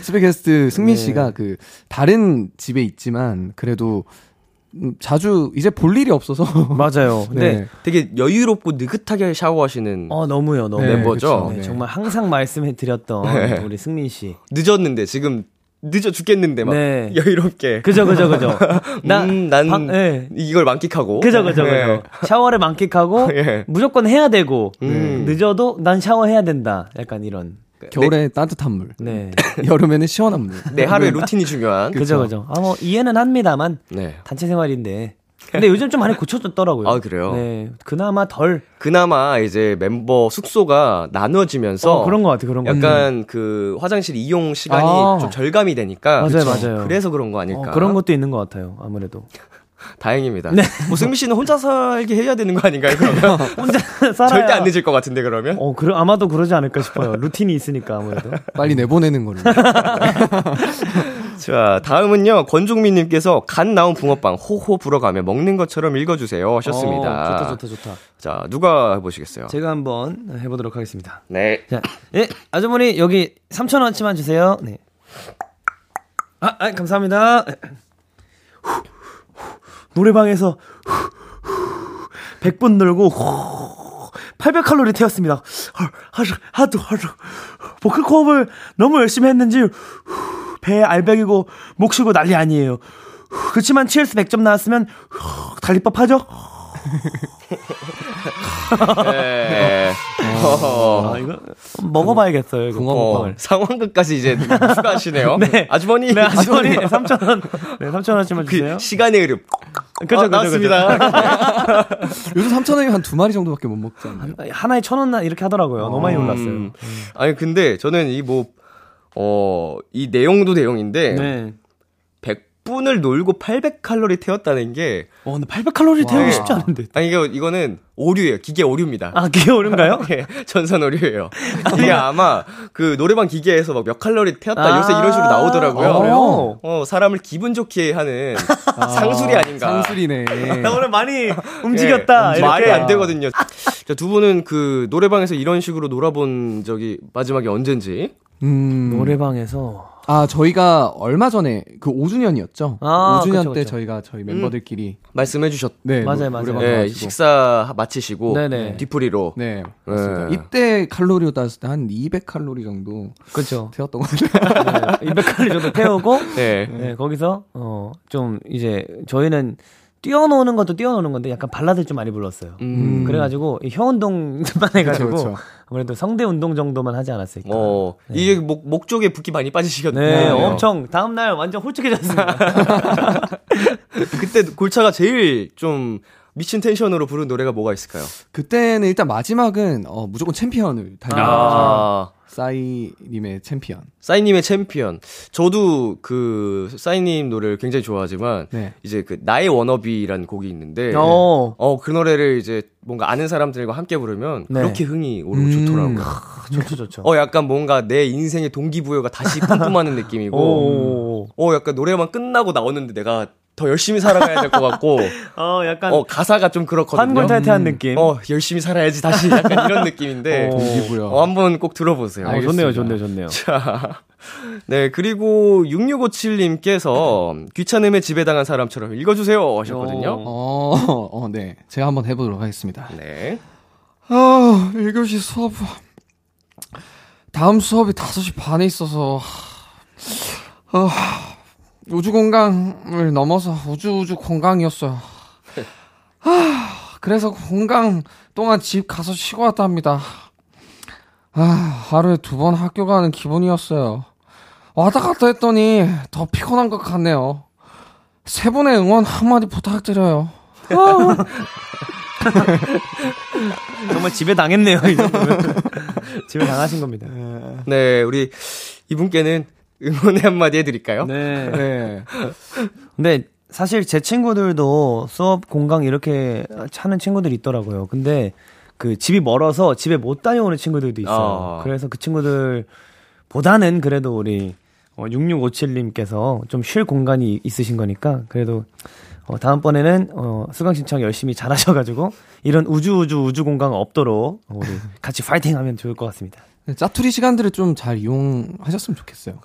Speaker 4: 스페게스트
Speaker 5: 네.
Speaker 4: 승민 씨가 그 다른 집에 있지만 그래도 음, 자주 이제 볼 일이 없어서
Speaker 5: 맞아요. 근데
Speaker 4: 네.
Speaker 2: 되게 여유롭고 느긋하게 샤워하시는
Speaker 5: 어 너무요 너무
Speaker 4: 네,
Speaker 2: 멤버죠?
Speaker 4: 그쵸.
Speaker 5: 네,
Speaker 4: 네.
Speaker 5: 정말 항상 말씀해 드렸던
Speaker 2: 네.
Speaker 5: 우리 승민 씨.
Speaker 2: 늦었는데 지금 늦어 죽겠는데 막
Speaker 5: 네.
Speaker 2: 여유롭게
Speaker 5: 그죠 그죠 그죠. 나
Speaker 2: 음, 난
Speaker 5: 방- 네.
Speaker 2: 이걸 만끽하고
Speaker 5: 그죠 그죠
Speaker 2: 예.
Speaker 5: 그죠. 샤워를 만끽하고
Speaker 2: 예.
Speaker 5: 무조건 해야 되고
Speaker 2: 음.
Speaker 5: 늦어도 난 샤워해야 된다. 약간 이런.
Speaker 4: 네, 겨울에 따뜻한 물,
Speaker 2: 음,
Speaker 5: 네.
Speaker 4: 여름에는 시원한 물.
Speaker 2: 내 하루의 루틴이 중요한
Speaker 5: 음. 그죠 그죠. 아 뭐 이해는 합니다만
Speaker 2: 네
Speaker 5: 단체 생활인데. 근데 요즘 좀 많이 고쳐졌더라고요.
Speaker 2: 아, 그래요?
Speaker 5: 네. 그나마 덜
Speaker 2: 그나마 이제 멤버 숙소가 나눠지면서
Speaker 5: 어, 그런 것 같아 그런 것 같아.
Speaker 2: 약간 그 화장실 이용 시간이
Speaker 4: 아.
Speaker 2: 좀 절감이 되니까
Speaker 5: 맞아요, 맞아요.
Speaker 2: 그래서 그런 거
Speaker 5: 어,
Speaker 2: 아닐까
Speaker 5: 그런 것도 네. 있는 것 같아요. 아무래도
Speaker 2: 다행입니다 뭐 승민 씨는 혼자 살게 해야 되는 거 아닌가요 그러면
Speaker 5: 혼자 살아야
Speaker 2: 절대 안 늦을 것 같은데 그러면
Speaker 5: 어, 그러, 아마도 그러지 않을까 싶어요. 루틴이 있으니까 아무래도.
Speaker 4: 빨리 내보내는 걸로.
Speaker 2: 자, 다음은요. 권종민님께서 간 나온 붕어빵 호호 불어가며 먹는 것처럼 읽어주세요 하셨습니다.
Speaker 5: 어, 좋다 좋다 좋다.
Speaker 2: 자, 누가 해보시겠어요?
Speaker 5: 제가 한번 해보도록 하겠습니다.
Speaker 2: 네.
Speaker 5: 자, 예, 아주머니 여기 3천 원치만 주세요. 네. 아, 아 감사합니다. 후, 후, 노래방에서 100분 놀고 800칼로리 태웠습니다. 헐, 하루, 하도, 하루. 보컬코업을 너무 열심히 했는지 후, 배에 알백이고 목 쉬고 난리 아니에요. 후, 그렇지만 치얼스 100점 나왔으면 후, 달리법 하죠? 어.
Speaker 2: 네.
Speaker 5: 아, 이거 먹어봐야겠어요. 이거
Speaker 4: 붕어
Speaker 2: 어,
Speaker 5: 붕어빵을.
Speaker 2: 상황 끝까지 이제 추가하시네요.
Speaker 5: 네.
Speaker 2: 아주머니.
Speaker 5: 네, 아주머니 3,000원. 네, 3,000원씩만 주세요. 그렇죠,
Speaker 2: 그 시간의 흐름.
Speaker 5: 그죠,
Speaker 2: 아,
Speaker 5: 그죠, 그렇죠.
Speaker 2: 나왔습니다.
Speaker 4: 요즘 삼촌에게 한 두 마리 정도밖에 못 먹지 않나요?
Speaker 5: 하나에 1,000원 이렇게 하더라고요. 너무 많이 올랐어요.
Speaker 2: 음. 아니 근데 저는 이 뭐 어, 이 내용도 내용인데
Speaker 5: 네.
Speaker 2: 100분을 놀고 800칼로리 태웠다는 게
Speaker 5: 어, 근데 800칼로리 태우기 쉽지 않은데.
Speaker 2: 아니 이거 이거는 오류예요. 기계 오류입니다.
Speaker 5: 아, 그게 오른가요?
Speaker 2: 예, 전선 오류예요. 이게 아마 그 노래방 기계에서 막 몇 칼로리 태웠다
Speaker 5: 아.
Speaker 2: 요새 이런 식으로 나오더라고요.
Speaker 5: 아, 그래요?
Speaker 2: 어, 사람을 기분 좋게 하는 상술이 아닌가.
Speaker 4: 상술이네.
Speaker 5: 나 오늘 많이
Speaker 2: 예,
Speaker 5: 움직였다. 음. 이렇게.
Speaker 2: 말이 안 되거든요. 자, 두 분은 그 노래방에서 이런 식으로 놀아본 적이 마지막에 언젠지?
Speaker 4: 음,
Speaker 5: 노래방에서.
Speaker 4: 아 저희가 얼마 전에 그 5주년이었죠.
Speaker 5: 아,
Speaker 4: 5주년
Speaker 5: 그쵸,
Speaker 4: 때
Speaker 5: 그쵸.
Speaker 4: 저희가 저희 멤버들끼리
Speaker 2: 말씀해 주셨.
Speaker 4: 네
Speaker 5: 맞아요,
Speaker 4: 노-
Speaker 5: 맞아요.
Speaker 4: 노래방
Speaker 2: 예,
Speaker 4: 가가지고.
Speaker 2: 식사 마치시고
Speaker 5: 네네.
Speaker 2: 뒤풀이로
Speaker 4: 네,
Speaker 2: 맞습니다.
Speaker 4: 이때 칼로리로 따졌을 때 한 200칼로리 정도
Speaker 5: 그쵸.
Speaker 4: 태웠던 것 같아요.
Speaker 5: 네, 200칼로리 정도 태우고.
Speaker 2: 예.
Speaker 5: 네, 거기서, 어, 좀 이제 저희는 뛰어노는 것도 뛰어노는 건데 약간 발라드를 좀 많이 불렀어요.
Speaker 2: 음.
Speaker 5: 그래가지고 이 혀운동만 해가지고
Speaker 4: 그쵸, 그쵸.
Speaker 5: 아무래도 성대 운동 정도만 하지 않았을까.
Speaker 2: 어, 이게 목, 목 쪽에 붓기 많이 빠지시거든요.
Speaker 5: 네, 엄청 다음날 완전 홀쭉해졌습니다.
Speaker 2: 그때 골차가 제일 좀 미친 텐션으로 부른 노래가 뭐가 있을까요?
Speaker 4: 그때는 일단 마지막은 어, 무조건 챔피언을 달려. 아.
Speaker 2: 아,
Speaker 4: 싸이님의 챔피언.
Speaker 2: 싸이님의 챔피언. 저도 그 싸이님 노래를 굉장히 좋아하지만
Speaker 4: 네.
Speaker 2: 이제 그 나의 워너비라는 곡이 있는데
Speaker 5: 어,
Speaker 2: 어 그 노래를 이제 뭔가 아는 사람들과 함께 부르면
Speaker 5: 네.
Speaker 2: 그렇게 흥이 오르고
Speaker 4: 음.
Speaker 2: 좋더라고요.
Speaker 5: 아, 좋죠, 좋죠.
Speaker 2: 어 약간 뭔가 내 인생의 동기부여가 다시 뿜뿜하는 느낌이고
Speaker 5: 오,
Speaker 2: 어 약간 노래만 끝나고 나오는데 내가 더 열심히 살아가야 될 것 같고
Speaker 5: 어, 음. 약간
Speaker 2: 어 가사가 좀 그렇거든요.
Speaker 5: 환골탈태한 느낌.
Speaker 2: 어 열심히 살아야지 다시 약간 이런 느낌인데
Speaker 5: 어.
Speaker 4: 동기부여.
Speaker 2: 어, 한번 꼭 들어보세요.
Speaker 5: 어, 좋네요, 좋네요, 좋네요.
Speaker 2: 자, 네 그리고 6657님께서 귀찮음에 지배당한 사람처럼 읽어주세요 하셨거든요.
Speaker 4: 어, 어, 네. 제가 한번 해보도록 하겠습니다.
Speaker 2: 네.
Speaker 4: 아, 1교시 수업. 다음 수업이 5시 반에 있어서, 아, 우주 공강을 넘어서 우주 우주 공강이었어요. 아, 그래서 공강 동안 집 가서 쉬고 왔다 합니다. 아, 하루에 두 번 학교 가는 기분이었어요. 왔다 갔다 했더니 더 피곤한 것 같네요. 세 분의 응원 한마디 부탁드려요.
Speaker 5: 정말 집에 당했네요, 이 정도면. 집에 당하신 겁니다.
Speaker 2: 네, 우리 이분께는 응원의 한마디 해드릴까요?
Speaker 5: 네.
Speaker 4: 네.
Speaker 5: 근데 사실 제 친구들도 수업 공강 이렇게 하는 친구들이 있더라고요. 근데 그 집이 멀어서 집에 못 다녀오는 친구들도 있어요.
Speaker 2: 아.
Speaker 5: 그래서 그 친구들 보다는 그래도 우리 어, 6657님께서 좀 쉴 공간이 있으신 거니까 그래도 어, 다음번에는 어, 수강 신청 열심히 잘 하셔가지고 이런 우주 우주 우주 공강 없도록 어, 우리 같이 파이팅 하면 좋을 것 같습니다.
Speaker 4: 네, 짜투리 시간들을 좀 잘 이용하셨으면 좋겠어요.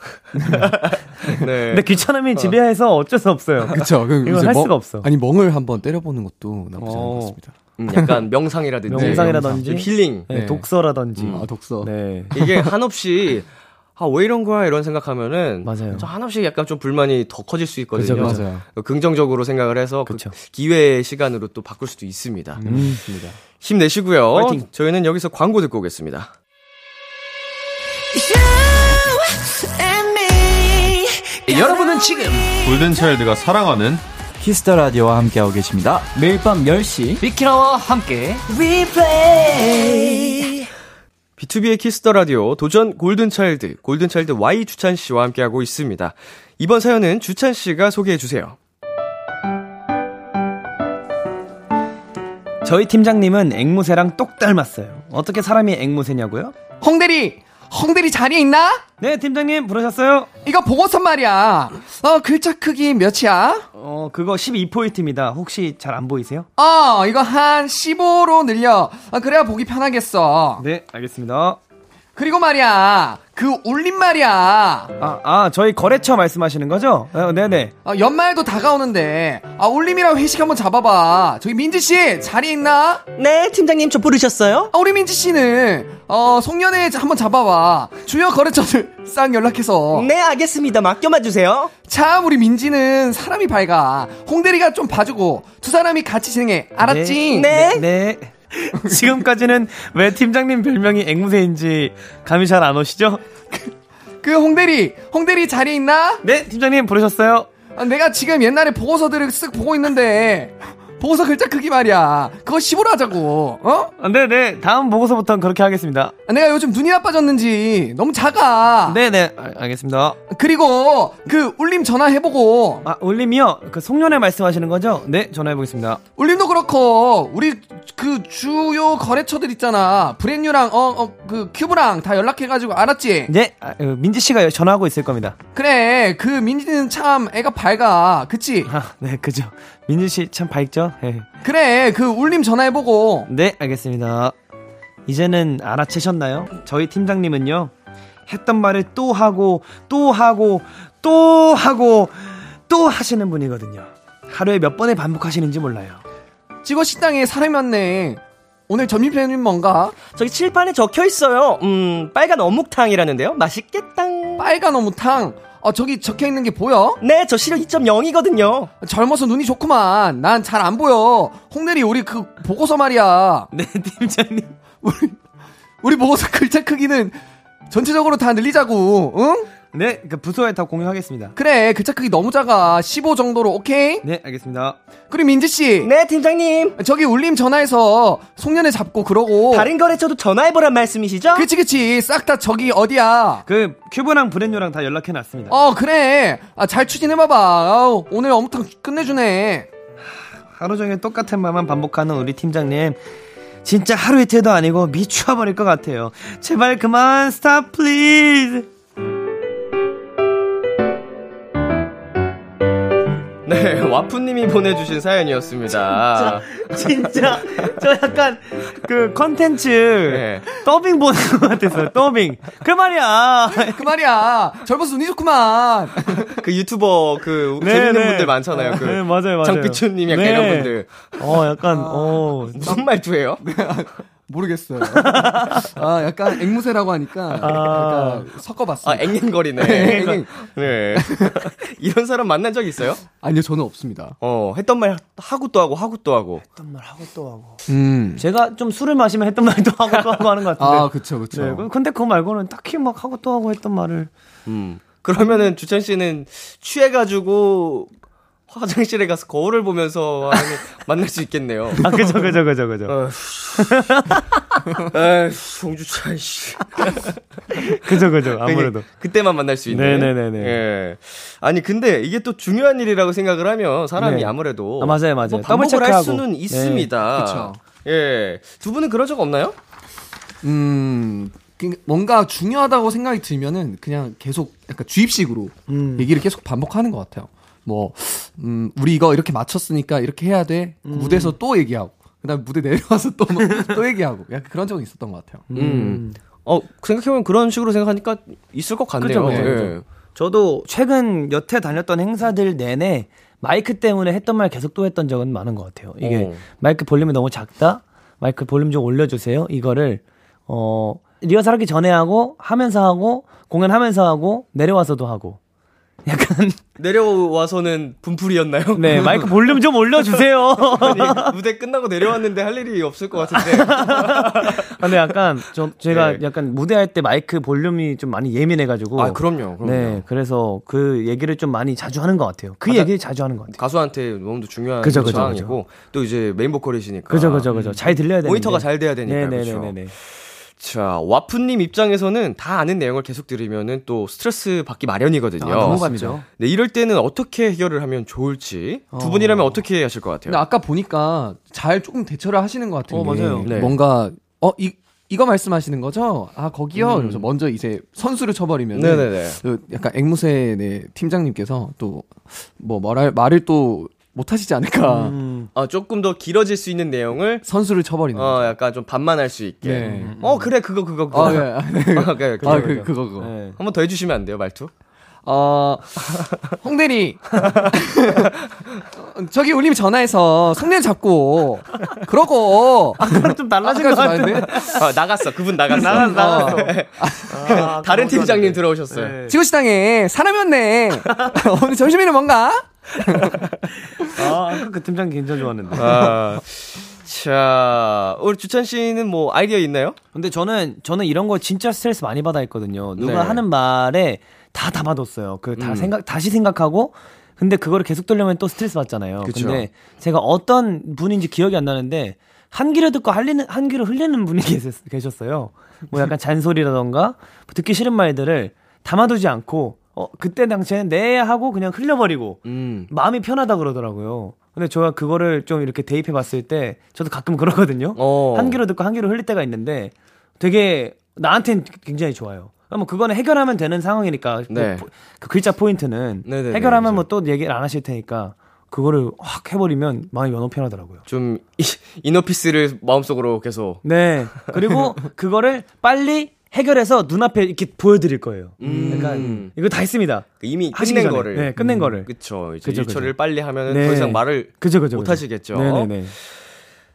Speaker 2: 네.
Speaker 5: 근데 귀찮으면 집에 해서 어쩔 수 없어요.
Speaker 4: 그쵸. 그
Speaker 5: 이건
Speaker 4: 이제
Speaker 5: 할
Speaker 4: 멍-
Speaker 5: 수가 없어.
Speaker 4: 아니, 멍을 한번 때려보는 것도 나쁘지 않은
Speaker 5: 어.
Speaker 4: 것 같습니다.
Speaker 2: 음, 약간 명상이라든지
Speaker 5: 명상이라든지.
Speaker 2: 좀 힐링
Speaker 5: 네,
Speaker 4: 네.
Speaker 5: 독서라든지.
Speaker 4: 아, 독서.
Speaker 5: 네.
Speaker 2: 어, 이게 한없이 아 왜 이런 거야 이런 생각하면은
Speaker 5: 맞아요.
Speaker 2: 좀 한없이 약간 좀 불만이 더 커질 수 있거든요.
Speaker 5: 그죠, 그죠.
Speaker 4: 맞아요.
Speaker 2: 어, 긍정적으로 생각을 해서 그
Speaker 5: 그쵸. 음.
Speaker 2: 기회의 시간으로 또 바꿀 수도 있습니다.
Speaker 4: 맞습니다.
Speaker 2: 힘내시고요.
Speaker 5: 화이팅!
Speaker 2: 저희는 여기서 광고 듣고 오겠습니다.
Speaker 1: 여러분은 지금
Speaker 9: 골든차일드가 사랑하는
Speaker 10: 키스터 라디오와 함께하고 계십니다. 매일 밤 10시
Speaker 1: 비키라와 함께
Speaker 2: B2B의 키스터 라디오 도전 골든차일드 골든차일드 Y 주찬 씨와 함께하고 있습니다. 이번 사연은 주찬 씨가 소개해 주세요.
Speaker 5: 저희 팀장님은 앵무새랑 똑 닮았어요. 어떻게 사람이 앵무새냐고요?
Speaker 4: 홍대리! 홍대리 자리에 있나?
Speaker 5: 네, 팀장님 부르셨어요?
Speaker 4: 이거 보고서 말이야. 어, 글자 크기 몇이야?
Speaker 5: 어, 그거 12포인트입니다. 혹시 잘 안 보이세요?
Speaker 4: 어, 이거 한 15로 늘려. 어, 그래야 보기 편하겠어.
Speaker 5: 네, 알겠습니다.
Speaker 4: 그리고 말이야. 그 울림 말이야.
Speaker 5: 아, 아, 저희 거래처 말씀하시는 거죠? 어, 네네.
Speaker 4: 어, 연말도 다가오는데. 아, 울림이랑 회식 한번 잡아봐. 저기 민지씨, 자리에 있나?
Speaker 1: 네 팀장님 저 부르셨어요?
Speaker 4: 아, 우리 민지 씨는 어 송년회 한번 잡아와 주요 거래처들 싹 연락해서
Speaker 1: 네 알겠습니다 맡겨만 주세요
Speaker 4: 참 우리 민지는 사람이 밝아 홍대리가 좀 봐주고 두 사람이 같이 진행해 알았지?
Speaker 5: 네. 네. 지금까지는 왜 팀장님 별명이 앵무새인지 감이 잘 안 오시죠?
Speaker 4: 그 홍대리 홍대리 자리에 있나?
Speaker 5: 네, 팀장님 부르셨어요?
Speaker 4: 아, 내가 지금 옛날에 보고서들을 쓱 보고 있는데 보고서 글자 크기 말이야 그거 10으로 하자고 어?
Speaker 5: 아, 네네. 다음 보고서부터는 그렇게 하겠습니다.
Speaker 4: 아, 내가 요즘 눈이 나빠졌는지 너무 작아
Speaker 5: 네네. 알- 알겠습니다.
Speaker 4: 그리고 그 울림 전화해보고
Speaker 5: 아, 올림이요? 그 송년회 말씀하시는 거죠? 네, 전화해보겠습니다.
Speaker 4: 울림도 그렇고 우리 그 주요 거래처들 있잖아 브랜뉴랑 어 어 그 큐브랑 다 연락해가지고 알았지?
Speaker 5: 네, 아, 어, 민지 씨가 전화하고 있을 겁니다.
Speaker 4: 그래 그 민지는 참 애가 밝아 그치?
Speaker 5: 아, 네, 그죠. 민지 씨 참 밝죠? 예.
Speaker 4: 그래 그 울림 전화해보고
Speaker 5: 네, 알겠습니다. 이제는 알아채셨나요? 저희 팀장님은요, 했던 말을 또 하고, 또 하고, 또 하고, 또 하시는 분이거든요. 하루에 몇 번에 반복하시는지 몰라요.
Speaker 4: 찍어 식당에 사람이 왔네 오늘 점심 메뉴는 뭔가?
Speaker 1: 저기 칠판에 적혀있어요 음 빨간 어묵탕이라는데요 맛있겠다
Speaker 4: 빨간 어묵탕 어 저기 적혀있는 게 보여?
Speaker 1: 네저 시력 2.0이거든요
Speaker 4: 젊어서 눈이 좋구만 난 잘 안 보여 홍대리 우리 그 보고서 말이야
Speaker 5: 네, 팀장님.
Speaker 4: 우리 우리 보고서 글자 크기는 전체적으로 다 늘리자고, 응?
Speaker 5: 네, 그 부서에 다 공유하겠습니다.
Speaker 4: 그래, 글자 크기 너무 작아. 15 정도로, 오케이?
Speaker 5: 네, 알겠습니다.
Speaker 4: 그리고 민지씨.
Speaker 1: 네, 팀장님.
Speaker 4: 저기 울림 전화해서 송년회 잡고 그러고.
Speaker 1: 다른 거래처도 전화해보란 말씀이시죠?
Speaker 4: 그치, 그치. 싹 다 저기 어디야.
Speaker 5: 그 큐브랑 브랜뉴랑 다 연락해놨습니다.
Speaker 4: 어, 그래. 아, 잘 추진해봐봐. 아우, 오늘 어묵탕 끝내주네.
Speaker 5: 하루 종일 똑같은 말만 반복하는 우리 팀장님. 진짜 하루 이틀도 아니고 미쳐버릴 것 같아요. 제발 그만 스탑 플리즈.
Speaker 2: 네, 와프님이 보내주신 사연이었습니다.
Speaker 5: 진짜 저 약간 그 컨텐츠
Speaker 2: 네.
Speaker 5: 더빙 보는 것 같아서 더빙. 그 말이야.
Speaker 4: 그 말이야. 젊어서 눈이 좋구만.
Speaker 2: 그 유튜버 그
Speaker 5: 네,
Speaker 2: 재밌는
Speaker 5: 네.
Speaker 2: 분들 많잖아요. 그
Speaker 5: 네, 맞아요, 맞아요.
Speaker 2: 장피추님 약간
Speaker 5: 네.
Speaker 2: 이런 분들
Speaker 5: 어 약간 어
Speaker 2: 무슨 말투예요?
Speaker 4: 모르겠어요. 아, 약간 앵무새라고 하니까 약간 섞어봤어요.
Speaker 2: 아,
Speaker 4: 아,
Speaker 2: 앵앵거리네.
Speaker 5: 그러니까.
Speaker 2: 네. 이런 사람 만난 적 있어요?
Speaker 4: 니요 저는 없습니다.
Speaker 2: 어, 했던 말 하고 또 하고 하고 또 하고.
Speaker 5: 했던 말 하고 또 하고.
Speaker 4: 음.
Speaker 5: 제가 좀 술을 마시면 했던 말도 하고 또 하고 하는 것 같은데.
Speaker 4: 아, 그쵸, 그쵸.
Speaker 5: 네, 그- 근데 그거 말고는 딱히 막 하고 또 하고 했던 말을.
Speaker 2: 음. 그러면은 주찬 씨는 취해가지고 화장실에 가서 거울을 보면서 하는- 만날 수 있겠네요.
Speaker 5: 아 그죠 그죠 그죠 그죠
Speaker 4: 어.
Speaker 2: 에이, 송주찬 씨.
Speaker 5: 그죠 그죠 아무래도.
Speaker 2: 그게 그때만 만날 수 있는.
Speaker 5: 네네네네.
Speaker 2: 예. 아니 근데 이게 또 중요한 일이라고 생각을 하면 사람이
Speaker 5: 네.
Speaker 2: 아무래도
Speaker 5: 아, 맞아요, 맞아요.
Speaker 2: 뭐 반복을
Speaker 5: 더블체크하고. 네.
Speaker 2: 할 수는 있습니다.
Speaker 4: 그쵸.
Speaker 2: 예. 두 분은 그런 적 없나요?
Speaker 4: 음, 그- 뭔가 중요하다고 생각이 들면은 그냥 계속 약간 주입식으로 얘기를 계속 반복하는 것 같아요. 뭐, 음, 우리 이거 이렇게 맞췄으니까 이렇게 해야 돼. 그 무대에서 또 얘기하고. 그 다음에 무대 내려와서 또, 뭐- 또 얘기하고. 약간 그런 적은 있었던 것 같아요.
Speaker 2: 음. 어 생각해보면 그런 식으로 생각하니까 있을 것 같네요.
Speaker 5: 그죠, 그렇죠, 그죠,
Speaker 2: 예.
Speaker 5: 그죠. 저도 최근 여태 다녔던 행사들 내내 마이크 때문에 했던 말 계속 또 했던 적은 많은 것 같아요. 이게
Speaker 2: 어.
Speaker 5: 마이크 볼륨이 너무 작다. 마이크 볼륨 좀 올려주세요. 이거를 어 리허설하기 전에 하고 하면서 하고 공연하면서 하고 내려와서도 하고 약간
Speaker 2: 내려와서는 분풀이였나요?
Speaker 5: 네 마이크 볼륨 좀 올려주세요.
Speaker 2: 아니, 무대 끝나고 내려왔는데 할 일이 없을 것 같은데.
Speaker 5: 근데 약간 저
Speaker 2: 네.
Speaker 5: 제가 약간 무대할 때 마이크 볼륨이 좀 많이 예민해가지고
Speaker 2: 아 그럼요. 그럼요.
Speaker 5: 네 그래서 그 얘기를 좀 많이 자주 하는 것 같아요. 그
Speaker 2: 맞아.
Speaker 5: 얘기를 자주 하는 것 같아요.
Speaker 2: 가수한테 너무도 중요한
Speaker 5: 그죠, 그죠,
Speaker 2: 상황이고 또 이제 메인 보컬이시니까.
Speaker 5: 그죠, 그죠, 그죠. 잘 들려야 되는데.
Speaker 2: 음. 모니터가 잘 돼야 되니까 그렇죠.
Speaker 5: 네네네네.
Speaker 2: 자 와프님 입장에서는 다 아는 내용을 계속 들으면은 또 스트레스 받기 마련이거든요.
Speaker 4: 맞죠.
Speaker 2: 네 이럴 때는 어떻게 해결을 하면 좋을지 두 분이라면 어떻게 하실 것 같아요?
Speaker 4: 근데 아까 보니까 잘 조금 대처를 하시는 것 같은
Speaker 5: 어,
Speaker 4: 게
Speaker 5: 맞아요.
Speaker 2: 네.
Speaker 4: 뭔가 어 이 이거 말씀하시는 거죠? 아 거기요. 그래서 먼저 이제 선수를 쳐버리면
Speaker 2: 네네네.
Speaker 4: 그 약간 앵무새 네, 팀장님께서 또 뭐 말할 말을 또 못하시지 않을까
Speaker 5: 음.
Speaker 2: 아, 조금 더 길어질 수 있는 내용을
Speaker 4: 선수를 쳐버리는
Speaker 2: 어
Speaker 4: 거죠.
Speaker 5: 아,
Speaker 2: 약간 좀 반만할 수 있게.
Speaker 4: 음. 네.
Speaker 2: 어 그래 그거 그거 그거.
Speaker 4: 아, 예.
Speaker 2: 아, 그래, 그거, 그거.
Speaker 4: 아, 그, 그거, 그거.
Speaker 5: 네.
Speaker 2: 한번 더 해주시면 안 돼요 말투?
Speaker 4: 어, 홍대리. 저기 울림 전화해서 성내 잡고, 그러고.
Speaker 5: 아, 그럼 좀 달라진 것
Speaker 4: 아까까지
Speaker 5: 같은데.
Speaker 4: 말했는데?
Speaker 2: 아, 나갔어 그분 나갔어.
Speaker 4: 나갔어.
Speaker 2: 어. 다른 팀장님 들어오셨어요.
Speaker 4: 네. 지구시당에 사람이었네. 오늘 점심에는 뭔가?
Speaker 5: 아, 아까 그 팀장 굉장히 좋았는데.
Speaker 2: 아, 자, 우리 주찬 씨는 뭐 아이디어 있나요?
Speaker 5: 근데 저는, 저는 이런 거 진짜 스트레스 많이 받아 있거든요. 누가
Speaker 2: 네.
Speaker 5: 하는 말에 다 담아뒀어요. 그 다 생각, 다시 생각하고, 근데 그거를 계속 돌려면 또 스트레스 받잖아요.
Speaker 2: 그쵸.
Speaker 5: 근데 제가 어떤 분인지 기억이 안 나는데, 한 귀로 듣고 할리는, 한 귀로 흘리는 분이 계셨- 계셨어요. 뭐 약간 잔소리라던가, 듣기 싫은 말들을 담아두지 않고, 어, 그때 당시에는 네 하고 그냥 흘려버리고,
Speaker 2: 음.
Speaker 5: 마음이 편하다 그러더라고요. 근데 제가 그거를 좀 이렇게 대입해 봤을 때 저도 가끔 그러거든요.
Speaker 2: 어.
Speaker 5: 한 귀로 듣고 한 귀로 흘릴 때가 있는데 되게 나한테는 굉장히 좋아요. 뭐 그거는 해결하면 되는 상황이니까
Speaker 2: 네.
Speaker 5: 그, 포- 그 글자 포인트는
Speaker 2: 네네네,
Speaker 5: 해결하면
Speaker 2: 그죠.
Speaker 5: 뭐 또 얘기를 안 하실 테니까 그거를 확 해버리면 마음이 너무 편하더라고요.
Speaker 2: 좀 이- 이너피스를 마음속으로 계속.
Speaker 5: 네. 그리고 그거를 빨리 해결해서 눈앞에 이렇게 보여드릴 거예요.
Speaker 2: 음.
Speaker 5: 약간 이거 다 했습니다.
Speaker 2: 이미
Speaker 5: 하시기
Speaker 2: 끝낸
Speaker 5: 전에.
Speaker 2: 거를. 음,
Speaker 5: 네, 끝낸 거를.
Speaker 2: 그쵸. 이제
Speaker 5: 그죠,
Speaker 2: 일처리를
Speaker 5: 그죠.
Speaker 2: 빨리 하면은
Speaker 5: 네.
Speaker 2: 더 이상 말을
Speaker 5: 그죠, 그죠.
Speaker 2: 못
Speaker 5: 그죠.
Speaker 2: 하시겠죠.
Speaker 5: 네네네.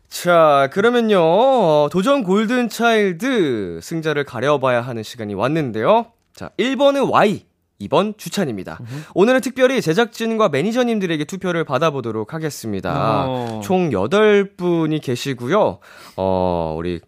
Speaker 2: 자, 그러면요. 어, 도전 골든 차일드 승자를 가려봐야 하는 시간이 왔는데요. 자, 1번은 Y, 2번 주찬입니다. 오늘은 특별히 제작진과 매니저님들에게 투표를 받아보도록 하겠습니다.
Speaker 11: 어.
Speaker 2: 총 8분이 계시고요. 어, 우리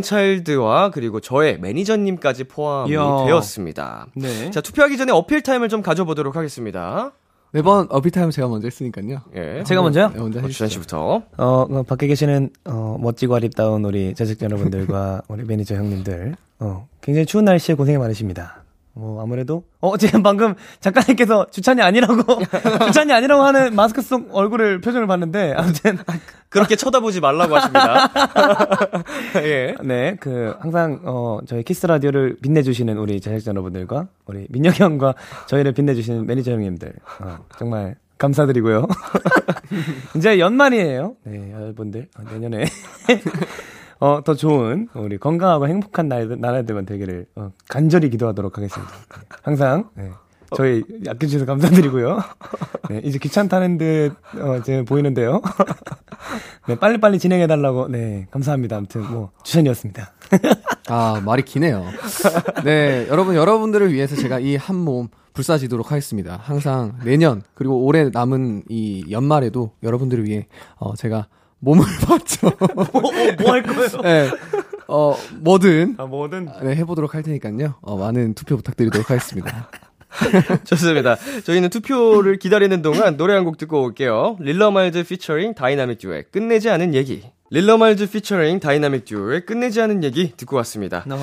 Speaker 2: 골든차일드와 그리고 저의 매니저님까지 포함이
Speaker 11: 이야.
Speaker 2: 되었습니다.
Speaker 11: 네.
Speaker 2: 자, 투표하기 전에 어필 타임을 좀 가져보도록 하겠습니다.
Speaker 4: 매번 어필타임 제가 먼저 했으니까요.
Speaker 2: 예.
Speaker 11: 제가 먼저요?
Speaker 4: 네, 먼저 해주시죠.
Speaker 2: 주찬 씨부터.
Speaker 5: 어, 어, 밖에 계시는 어, 멋지고 아립다운 우리 제작진 여러분들과 우리 매니저 형님들, 어, 굉장히 추운 날씨에 고생이 많으십니다. 뭐 아무래도 어 지금 방금 작가님께서 주찬이 아니라고 주찬이 아니라고 하는 마스크 속 얼굴을 표정을 봤는데 아무튼
Speaker 2: 그렇게 쳐다보지 말라고 하십니다. 예.
Speaker 5: 네, 그 항상 어 저희 키스 라디오를 빛내주시는 우리 제작자 여러분들과 우리 민혁이 형과 저희를 빛내주시는 매니저 형님들 어, 정말 감사드리고요. 이제 연말이에요. 네, 여러분들 어, 내년에 어 더 좋은 우리 건강하고 행복한 나라들, 나라들만 되기를 어, 간절히 기도하도록 하겠습니다. 항상 네, 저희 아껴주셔서 감사드리고요. 네, 이제 귀찮다는 듯 어, 이제 보이는데요. 네, 빨리빨리 진행해달라고. 네, 감사합니다. 아무튼, 뭐, 추천이었습니다.
Speaker 4: 아, 말이 기네요. 네, 여러분, 여러분들을 위해서 제가 이 한 몸 불사지도록 하겠습니다. 항상 내년, 그리고 올해 남은 이 연말에도 여러분들을 위해, 어, 제가 몸을 바쳐.
Speaker 5: 뭐 할 거예요?
Speaker 4: 네, 어, 뭐든,
Speaker 5: 아, 뭐든.
Speaker 4: 네, 해보도록 할 테니까요. 어, 많은 투표 부탁드리도록 하겠습니다.
Speaker 2: 좋습니다. 저희는 투표를 기다리는 동안 노래 한 곡 듣고 올게요. 릴러말즈 피처링 다이나믹 듀엣 끝내지 않은 얘기. 릴러말즈 피처링 다이나믹 듀엣 끝내지 않은 얘기 듣고 왔습니다.
Speaker 5: 네.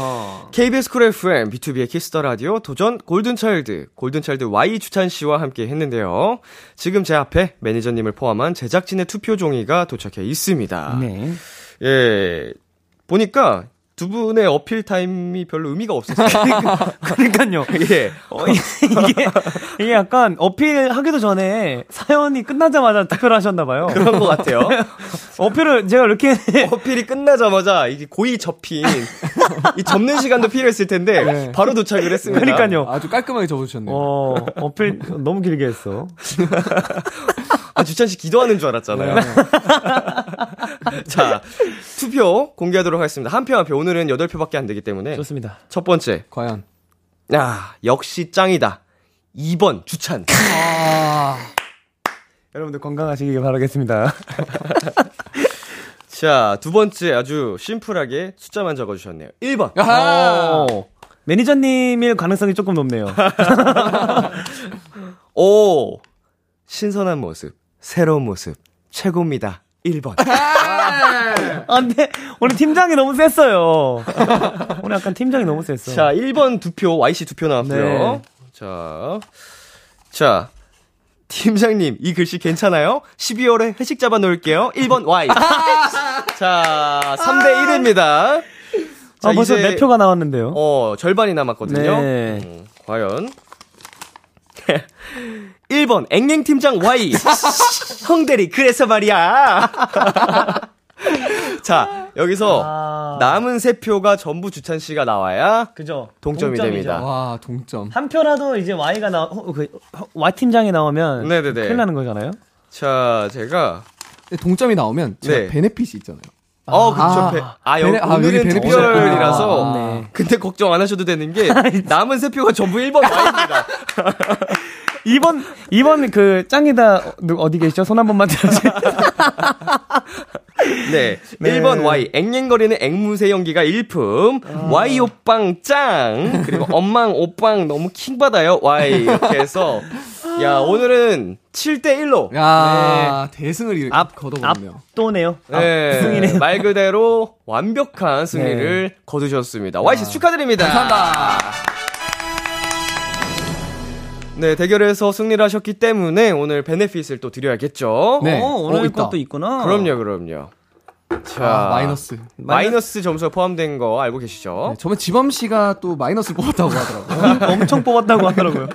Speaker 2: KBS 쿨 FM, B2B의 키스터 라디오, 도전 골든차일드, 골든차일드 Y 주찬 씨와 함께 했는데요. 지금 제 앞에 매니저님을 포함한 제작진의 투표 종이가 도착해 있습니다.
Speaker 5: 네.
Speaker 2: 예. 보니까 두 분의 어필 타임이 별로 의미가 없었어요.
Speaker 5: 그러니까요.
Speaker 2: 예.
Speaker 5: 어, 이- 이게, 이게 약간 어필하기도 전에 사연이 끝나자마자 투표를 하셨나봐요.
Speaker 2: 그런 것 같아요.
Speaker 5: 어필을 제가 이렇게.
Speaker 2: 어필이 끝나자마자 이게 고이 접힌 이 접는 시간도 필요했을 텐데
Speaker 4: 네.
Speaker 2: 바로 도착을 했습니다.
Speaker 5: 그러니까요.
Speaker 4: 아주 깔끔하게 적어주셨네요.
Speaker 5: 어, 어필 너무 길게 했어.
Speaker 2: 아 주찬 씨 기도하는 줄 알았잖아요.
Speaker 5: 네.
Speaker 2: 자 투표 공개하도록 하겠습니다. 한 표 한 표 오늘은 8 표밖에 안 되기 때문에
Speaker 5: 좋습니다.
Speaker 2: 첫 번째
Speaker 4: 과연.
Speaker 2: 야 역시 짱이다. 2번 주찬.
Speaker 5: 여러분들 건강하시길 바라겠습니다.
Speaker 2: 자두 번째 아주 심플하게 숫자만 적어주셨네요. 1번.
Speaker 4: 야하!
Speaker 5: 어, 매니저님일 가능성이 조금 높네요.
Speaker 2: 오 신선한 모습 새로운 모습 최고입니다. 1번.
Speaker 5: 안 돼. 아, 오늘 팀장이 너무 셌어요. 오늘 약간 팀장이 너무 셌어.
Speaker 2: 네. 자, 1번 두표, YC 두 표 나왔고요.
Speaker 5: 네.
Speaker 2: 자, 자, 팀장님, 이 글씨 괜찮아요? 12월에 회식 잡아 놓을게요. 1번 Y. 자, 3대 1입니다. 자,
Speaker 5: 아, 벌써
Speaker 2: 이제,
Speaker 5: 네 표가 나왔는데요.
Speaker 2: 어, 절반이 남았거든요.
Speaker 5: 네.
Speaker 2: 음, 과연. 1번, 앵앵 팀장 Y. 형대리, 그래서 말이야. 자, 여기서
Speaker 5: 아.
Speaker 2: 남은 세 표가 전부 주찬 씨가 나와야
Speaker 5: 그죠.
Speaker 2: 동점이 됩니다.
Speaker 4: 와, 동점.
Speaker 5: 한 표라도 이제 Y가 나, 어, 그, 어, Y 팀장이 나오면
Speaker 2: 네네네.
Speaker 5: 큰일 나는 거잖아요.
Speaker 2: 자, 제가
Speaker 4: 동점이 나오면 제가
Speaker 2: 네.
Speaker 4: 베네핏이 있잖아요.
Speaker 2: 어, 그쵸.
Speaker 4: 아.
Speaker 2: 아, 아, 여,
Speaker 4: 베네- 아, 여기
Speaker 2: 오늘은
Speaker 4: 베네핏이
Speaker 2: 특별이라서.
Speaker 4: 없구나. 아, 네. 아,
Speaker 2: 근데 걱정 안 하셔도 되는 게, 남은 세 표가 전부 1번 Y입니다.
Speaker 5: 이번 이번 그 짱이다 누- 어디 계시죠? 손 한 번만 들어주세요.
Speaker 2: 네. 1번 Y. 앵앵거리는 앵무새 연기가 일품.
Speaker 4: 아.
Speaker 2: Y 오빵 짱. 그리고 엄망 오빵 너무 킹받아요. Y. 이렇게 해서. 야, 오늘은
Speaker 4: 네.
Speaker 2: 7대1로.
Speaker 4: 야, 대승을 이-
Speaker 5: 앞-
Speaker 4: 거둬버렸네요.
Speaker 5: 또네요.
Speaker 4: 아,
Speaker 2: 네. 말 그대로 완벽한 승리를 거두셨습니다. YC 축하드립니다.
Speaker 4: 네. 아. 감사합니다.
Speaker 2: 네, 대결에서 승리를 하셨기 때문에 오늘 베네핏을 또 드려야겠죠.
Speaker 4: 네.
Speaker 5: 어, 오늘
Speaker 4: 어, 있다.
Speaker 5: 것도 있구나.
Speaker 2: 그럼요, 그럼요. 자,
Speaker 4: 아, 마이너스.
Speaker 2: 마이너스 점수가 포함된 거 알고 계시죠?
Speaker 4: 네, 저번 지범 씨가 또 마이너스를 뽑았다고 하더라고요.
Speaker 5: 엄청 뽑았다고 하더라고요.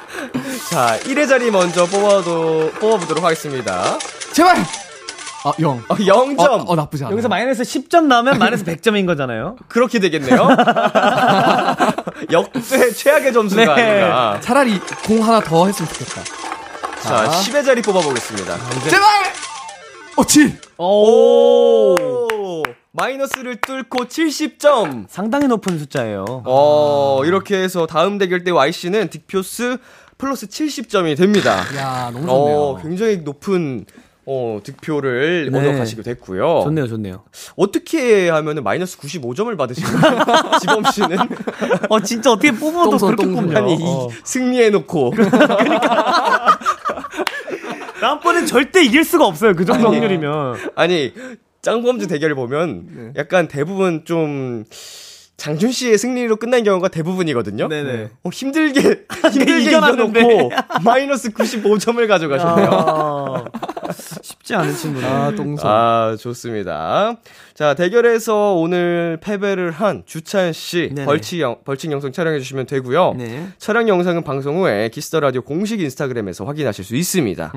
Speaker 2: 자, 1의 자리 먼저 뽑아도, 뽑아보도록 하겠습니다.
Speaker 4: 제발! 아, 영.
Speaker 2: 어, 0점!
Speaker 4: 어, 어, 나쁘지 않아.
Speaker 5: 여기서 마이너스 10점 나오면 마이너스 100점인 거잖아요.
Speaker 2: 그렇게 되겠네요. 역대 최악의 점수가
Speaker 5: 네.
Speaker 2: 아닌가.
Speaker 4: 차라리 공 하나 더 했으면 좋겠다.
Speaker 2: 자, 10의 자리 뽑아보겠습니다.
Speaker 4: 제발! 어, 7!
Speaker 2: 오! 마이너스를 뚫고 70점.
Speaker 5: 상당히 높은 숫자예요.
Speaker 2: 어,
Speaker 4: 아.
Speaker 2: 이렇게 해서 다음 대결 때 Y씨는 득표수 플러스 70점이 됩니다.
Speaker 4: 야, 너무 좋네요.
Speaker 5: 그-
Speaker 2: 어, 굉장히 높은 어, 득표를
Speaker 5: 네.
Speaker 2: 얻어가시게 됐고요.
Speaker 5: 좋네요, 좋네요.
Speaker 2: 어떻게 하면 마이너스 95점을 받으신 거예요? 지범 씨는?
Speaker 5: 어, 진짜 어떻게 뽑아도
Speaker 2: 똥손,
Speaker 5: 그렇게
Speaker 2: 똥손.
Speaker 5: 뽑냐.
Speaker 2: 아니, 이-
Speaker 5: 어.
Speaker 2: 승리해놓고.
Speaker 4: 그러니까
Speaker 5: 다음번엔 절대 이길 수가 없어요. 그 정도
Speaker 2: 아니.
Speaker 5: 확률이면.
Speaker 2: 아니
Speaker 5: 음.
Speaker 2: 짱범주 대결을 보면
Speaker 5: 네.
Speaker 2: 약간 대부분 좀 장준 씨의 승리로 끝난 경우가 대부분이거든요.
Speaker 5: 네네.
Speaker 2: 어, 힘들게 힘들게
Speaker 5: 이겨놨는데. 아.
Speaker 2: 이겨놓고 마이너스 95점을 가져가셨네요.
Speaker 5: 쉽지 않은 친구네.
Speaker 4: 아, 똥손.
Speaker 2: 아 좋습니다. 자 대결에서 오늘 패배를 한 주찬 씨
Speaker 5: 네네.
Speaker 2: 벌칙 영, 벌칙 영상 촬영해 주시면 되고요.
Speaker 5: 네.
Speaker 2: 촬영 영상은 방송 후에 키스터 라디오 공식 인스타그램에서 확인하실 수 있습니다.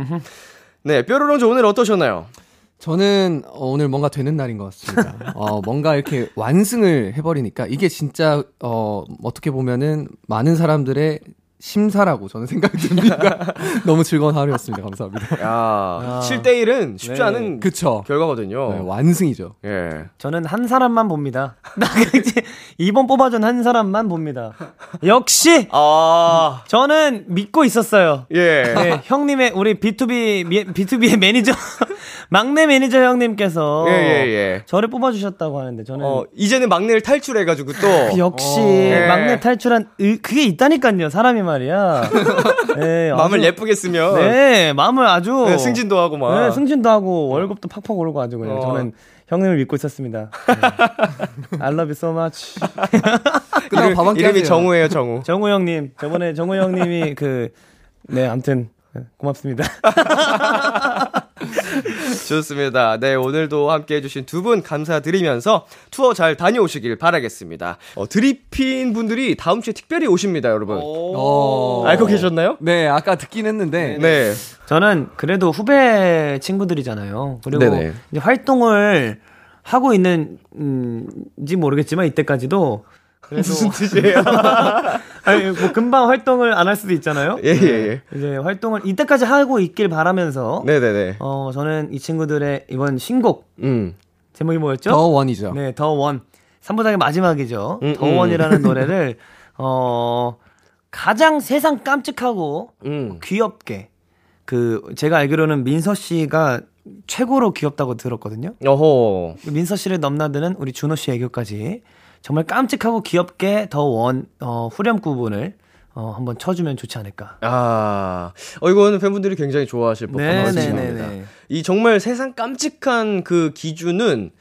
Speaker 2: 네 뾰로롱즈 오늘 어떠셨나요?
Speaker 4: 저는 어, 오늘 뭔가 되는 날인 것 같습니다. 어, 뭔가 이렇게 완승을 해버리니까 이게 진짜 어, 어떻게 보면은 많은 사람들의 심사라고 저는 생각이 듭니다. 너무 즐거운 하루였습니다. 감사합니다.
Speaker 2: 야, 7대 1은 쉽지
Speaker 5: 아. 네.
Speaker 2: 않은
Speaker 4: 그쵸.
Speaker 2: 어. 결과거든요.
Speaker 4: 네, 완승이죠.
Speaker 2: 예.
Speaker 5: 저는 한 사람만 봅니다. 나 이제 이번 뽑아준 한 사람만 봅니다. 역시
Speaker 2: 아,
Speaker 5: 저는 믿고 있었어요.
Speaker 2: 예.
Speaker 5: 네, 형님의 우리 B2B 미- B2B의 매니저 막내 매니저 형님께서
Speaker 2: 예, 예, 예.
Speaker 5: 저를 뽑아주셨다고 하는데 저는
Speaker 2: 어, 이제는 막내를 탈출해가지고 또.
Speaker 5: 그 역시
Speaker 2: 예.
Speaker 5: 막내 탈출한 의- 그게 있다니까요 사람이 말이야. 네,
Speaker 2: 마음을
Speaker 5: 아주-
Speaker 2: 예쁘게 쓰면.
Speaker 5: 네 마음을 아주
Speaker 2: 네, 승진도 하고 막.
Speaker 5: 네, 승진도 하고 월급도 팍팍 오르고 아주 그냥
Speaker 2: 어.
Speaker 5: 저는 형님을 믿고 있었습니다. 네. I love you so much.
Speaker 4: 끝나고 밥한 끼
Speaker 2: 이름이
Speaker 4: 하세요.
Speaker 2: 정우예요, 정우.
Speaker 5: 정우 형님 저번에 정우 형님이 그네 아무튼 고맙습니다.
Speaker 2: 좋습니다. 네, 오늘도 함께 해주신 두 분 감사드리면서 투어 잘 다녀오시길 바라겠습니다. 어, 드리핀 분들이 다음 주에 특별히 오십니다, 여러분.
Speaker 4: 어,
Speaker 2: 알고 계셨나요?
Speaker 4: 네, 아까 듣긴 했는데
Speaker 2: 네.
Speaker 5: 저는 그래도 후배 친구들이잖아요. 그리고
Speaker 2: 네네.
Speaker 5: 이제 활동을 하고 있는지 모르겠지만 이때까지도 그래도 무슨 뜻이에요? 아니 뭐 금방 활동을 안 할 수도 있잖아요.
Speaker 2: 예, 예,
Speaker 5: 이제 활동을 이때까지 하고 있길 바라면서
Speaker 2: 예. 네네네.
Speaker 5: 어 저는 이 친구들의 이번 신곡
Speaker 2: 음.
Speaker 5: 제목이 뭐였죠?
Speaker 4: 더 원이죠.
Speaker 5: 네, 더 원. 3부작의 마지막이죠.
Speaker 2: 음,
Speaker 5: 더
Speaker 2: 음.
Speaker 5: 원이라는 노래를 어 가장 세상 깜찍하고
Speaker 2: 음.
Speaker 5: 귀엽게 그 제가 알기로는 민서 씨가 최고로 귀엽다고 들었거든요.
Speaker 2: 어허.
Speaker 5: 민서 씨를 넘나드는 우리 준호 씨 애교까지 정말 깜찍하고 귀엽게 더 원 어, 후렴 구분을 어, 한번 쳐주면 좋지 않을까. 뭐
Speaker 2: 아, 어, 이거는 팬분들이 굉장히 좋아하실
Speaker 4: 네,
Speaker 5: 네,
Speaker 2: 법한 노래입니다. 이 정말 세상 깜찍한 그 기준은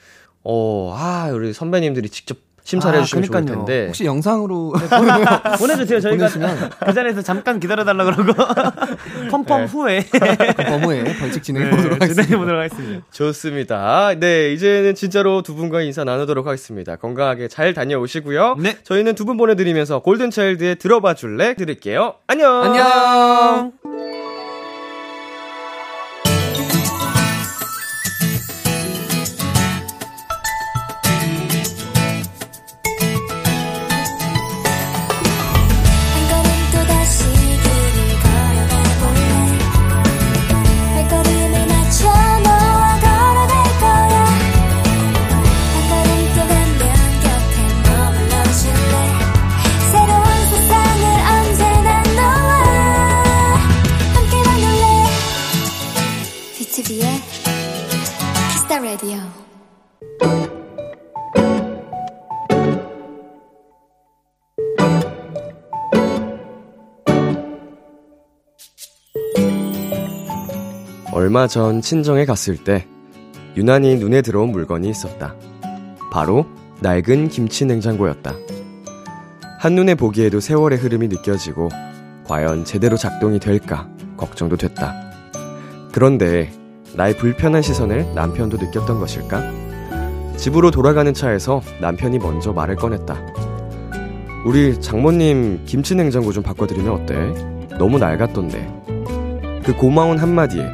Speaker 2: 어, 아, 우리 선배님들이 직접 심사를
Speaker 5: 아,
Speaker 2: 해주시면 좋을
Speaker 5: 그러니까요.
Speaker 2: 텐데.
Speaker 4: 혹시 영상으로
Speaker 5: 보내주세요. 저희가
Speaker 4: 보내주시면. 네.
Speaker 5: 그 자리에서 잠깐 기다려달라 그러고 펌펌 후에
Speaker 4: 범우의 그 벌칙 네, 진행해 보도록
Speaker 5: 진행해
Speaker 4: 하겠습니다.
Speaker 5: 보도록 하겠습니다.
Speaker 2: 좋습니다. 네, 이제는 진짜로 두 분과 인사 나누도록 하겠습니다. 건강하게 잘 다녀오시고요.
Speaker 5: 네.
Speaker 2: 저희는 두 분 보내드리면서 골든차일드의 들어봐 줄래 드릴게요. 안녕!
Speaker 4: 안녕.
Speaker 12: 한 걸음 또다시 길을 걸어가 볼래 발걸음을 맞춰 너와 걸어갈 거야 한 걸음 또 가면 곁에 머물러 줄래 새로운 세상을 언제나 너와 함께 만들래 B2B의 키스타 라디오
Speaker 2: 얼마 전 친정에 갔을 때 유난히 눈에 들어온 물건이 있었다. 바로 낡은 김치 냉장고였다. 한눈에 보기에도 세월의 흐름이 느껴지고 과연 제대로 작동이 될까 걱정도 됐다. 그런데 나의 불편한 시선을 남편도 느꼈던 것일까? 집으로 돌아가는 차에서 남편이 먼저 말을 꺼냈다. 우리 장모님 김치 냉장고 좀 바꿔드리면 어때? 너무 낡았던데. 그 고마운 한마디에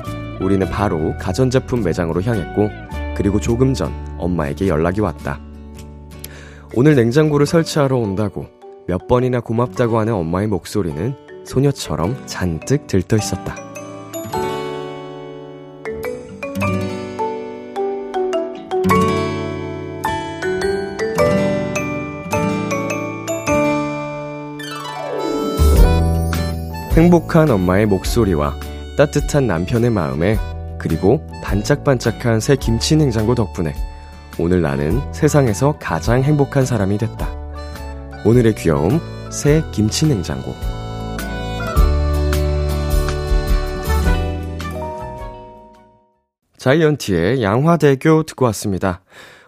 Speaker 2: 우리는 바로 가전제품 매장으로 향했고, 그리고 조금 전 엄마에게 연락이 왔다. 오늘 냉장고를 설치하러 온다고 몇 번이나 고맙다고 하는 엄마의 목소리는 소녀처럼 잔뜩 들떠 있었다. 행복한 엄마의 목소리와 따뜻한 남편의 마음에 그리고 반짝반짝한 새 김치 냉장고 덕분에 오늘 나는 세상에서 가장 행복한 사람이 됐다. 오늘의 귀여움 새 김치 냉장고. 자이언티의 양화대교 듣고 왔습니다.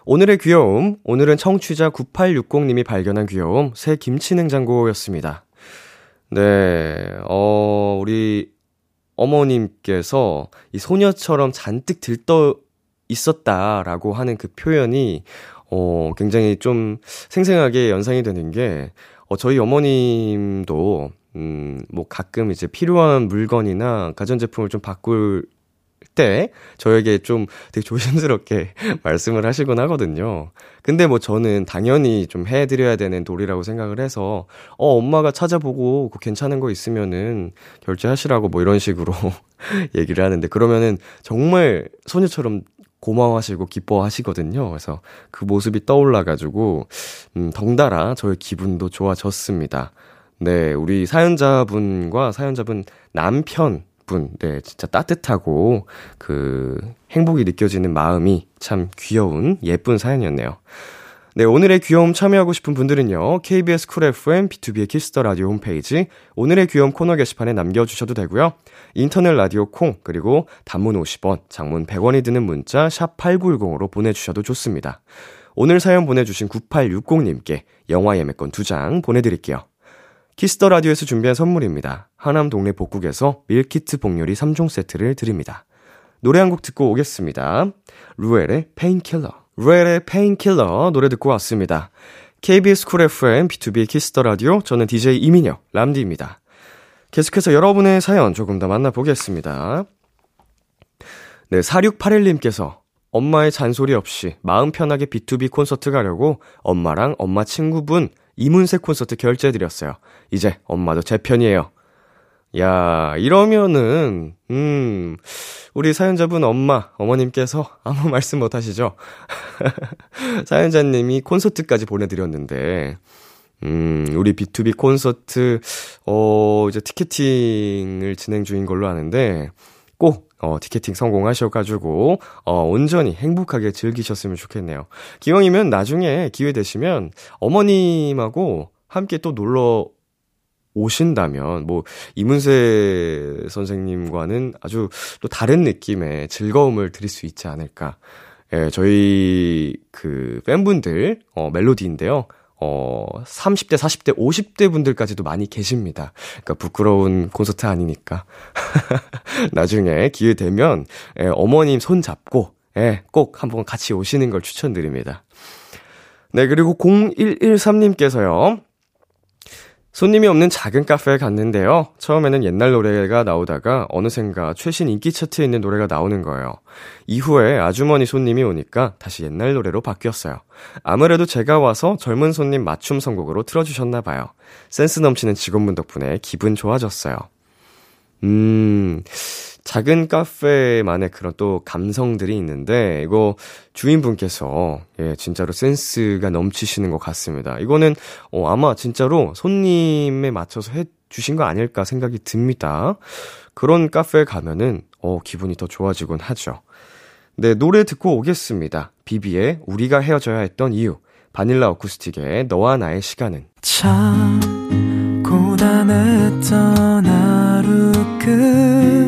Speaker 2: 오늘의 귀여움, 오늘은 청취자 9860님이 발견한 귀여움, 새 김치냉장고였습니다. 네, 어, 우리 어머님께서 이 소녀처럼 잔뜩 들떠 있었다라고 하는 그 표현이, 어, 굉장히 좀 생생하게 연상이 되는 게, 어, 저희 어머님도, 음, 뭐 가끔 이제 필요한 물건이나 가전제품을 좀 바꿀 때 저에게 좀 되게 조심스럽게 말씀을 하시곤 하거든요. 근데 뭐 저는 당연히 좀 해드려야 되는 도리라고 생각을 해서 어 엄마가 찾아보고 그 괜찮은 거 있으면은 결제하시라고 뭐 이런 식으로 얘기를 하는데 그러면은 정말 소녀처럼 고마워하시고 기뻐하시거든요. 그래서 그 모습이 떠올라가지고 음, 덩달아 저의 기분도 좋아졌습니다. 네, 우리 사연자분과 사연자분 남편 분, 네, 진짜 따뜻하고 그 행복이 느껴지는 마음이 참 귀여운 예쁜 사연이었네요. 네, 오늘의 귀여움 참여하고 싶은 분들은요. KBS 쿨 FM B2B의 키스터 라디오 홈페이지 오늘의 귀여움 코너 게시판에 남겨 주셔도 되고요. 인터넷 라디오 콩 그리고 단문 50원, 장문 100원이 드는 문자 샵 8910으로 보내 주셔도 좋습니다. 오늘 사연 보내 주신 9860님께 영화 예매권 2장 보내 드릴게요. 키스터 라디오에서 준비한 선물입니다. 하남 동네 복국에서 밀키트 복요리 3종 세트를 드립니다. 노래 한 곡 듣고 오겠습니다. 루엘의 페인킬러. 루엘의 페인킬러 노래 듣고 왔습니다. KBS 쿨 FM B2B 키스터 라디오 저는 DJ 이민혁 람디입니다. 계속해서 여러분의 사연 조금 더 만나보겠습니다. 네, 4681님께서 엄마의 잔소리 없이 마음 편하게 B2B 콘서트 가려고 엄마랑 엄마 친구분 이문세 콘서트 결제해드렸어요. 이제 엄마도 제 편이에요. 야, 이러면은, 음, 우리 사연자분 엄마, 어머님께서 아무 말씀 못 하시죠? 사연자님이 콘서트까지 보내드렸는데, 음, 우리 B2B 콘서트, 어, 이제 티켓팅을 진행 중인 걸로 아는데, 꼭, 어, 티켓팅 성공하셔가지고, 어, 온전히 행복하게 즐기셨으면 좋겠네요. 기왕이면 나중에 기회 되시면, 어머님하고 함께 또 놀러 오신다면, 뭐, 이문세 선생님과는 아주 또 다른 느낌의 즐거움을 드릴 수 있지 않을까. 예, 저희, 그, 팬분들, 어, 멜로디인데요. 어, 30대, 40대, 50대 분들까지도 많이 계십니다. 그러니까 부끄러운 콘서트 아니니까. 나중에 기회 되면, 예, 어머님 손 잡고, 예, 꼭 한번 같이 오시는 걸 추천드립니다. 네, 그리고 0113님께서요. 손님이 없는 작은 카페에 갔는데요. 처음에는 옛날 노래가 나오다가 어느샌가 최신 인기 차트에 있는 노래가 나오는 거예요. 이후에 아주머니 손님이 오니까 다시 옛날 노래로 바뀌었어요. 아무래도 제가 와서 젊은 손님 맞춤 선곡으로 틀어주셨나 봐요. 센스 넘치는 직원분 덕분에 기분 좋아졌어요. 음, 작은 카페만의 그런 또 감성들이 있는데, 이거 주인분께서, 예, 진짜로 센스가 넘치시는 것 같습니다. 이거는, 어, 아마 진짜로 손님에 맞춰서 해 주신 거 아닐까 생각이 듭니다. 그런 카페에 가면은, 어, 기분이 더 좋아지곤 하죠. 네, 노래 듣고 오겠습니다. 비비의 우리가 헤어져야 했던 이유, 바닐라 어쿠스틱의 너와 나의 시간은.
Speaker 3: 참 고단했던 하루 끝널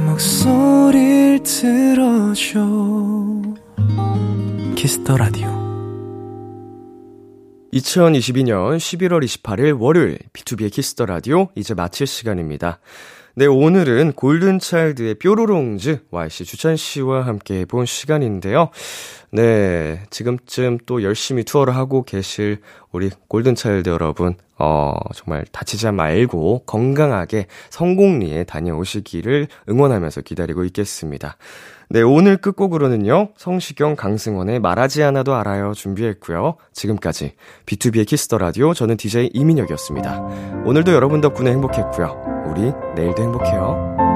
Speaker 3: 목소리를 들어줘 키스터 라디오
Speaker 2: 2022년 11월 28일 월요일 B2B의 키스터 라디오 이제 마칠 시간입니다. 네, 오늘은 골든차일드의 뾰로롱즈 YC 주찬 씨와 함께 해본 시간인데요. 네, 지금쯤 또 열심히 투어를 하고 계실 우리 골든차일드 여러분, 어, 정말 다치지 말고 건강하게 성공리에 다녀오시기를 응원하면서 기다리고 있겠습니다. 네, 오늘 끝곡으로는요, 성시경 강승원의 말하지 않아도 알아요 준비했고요. 지금까지 B2B의 키스터 라디오, 저는 DJ 이민혁이었습니다. 오늘도 여러분 덕분에 행복했고요. 우리 내일도 행복해요.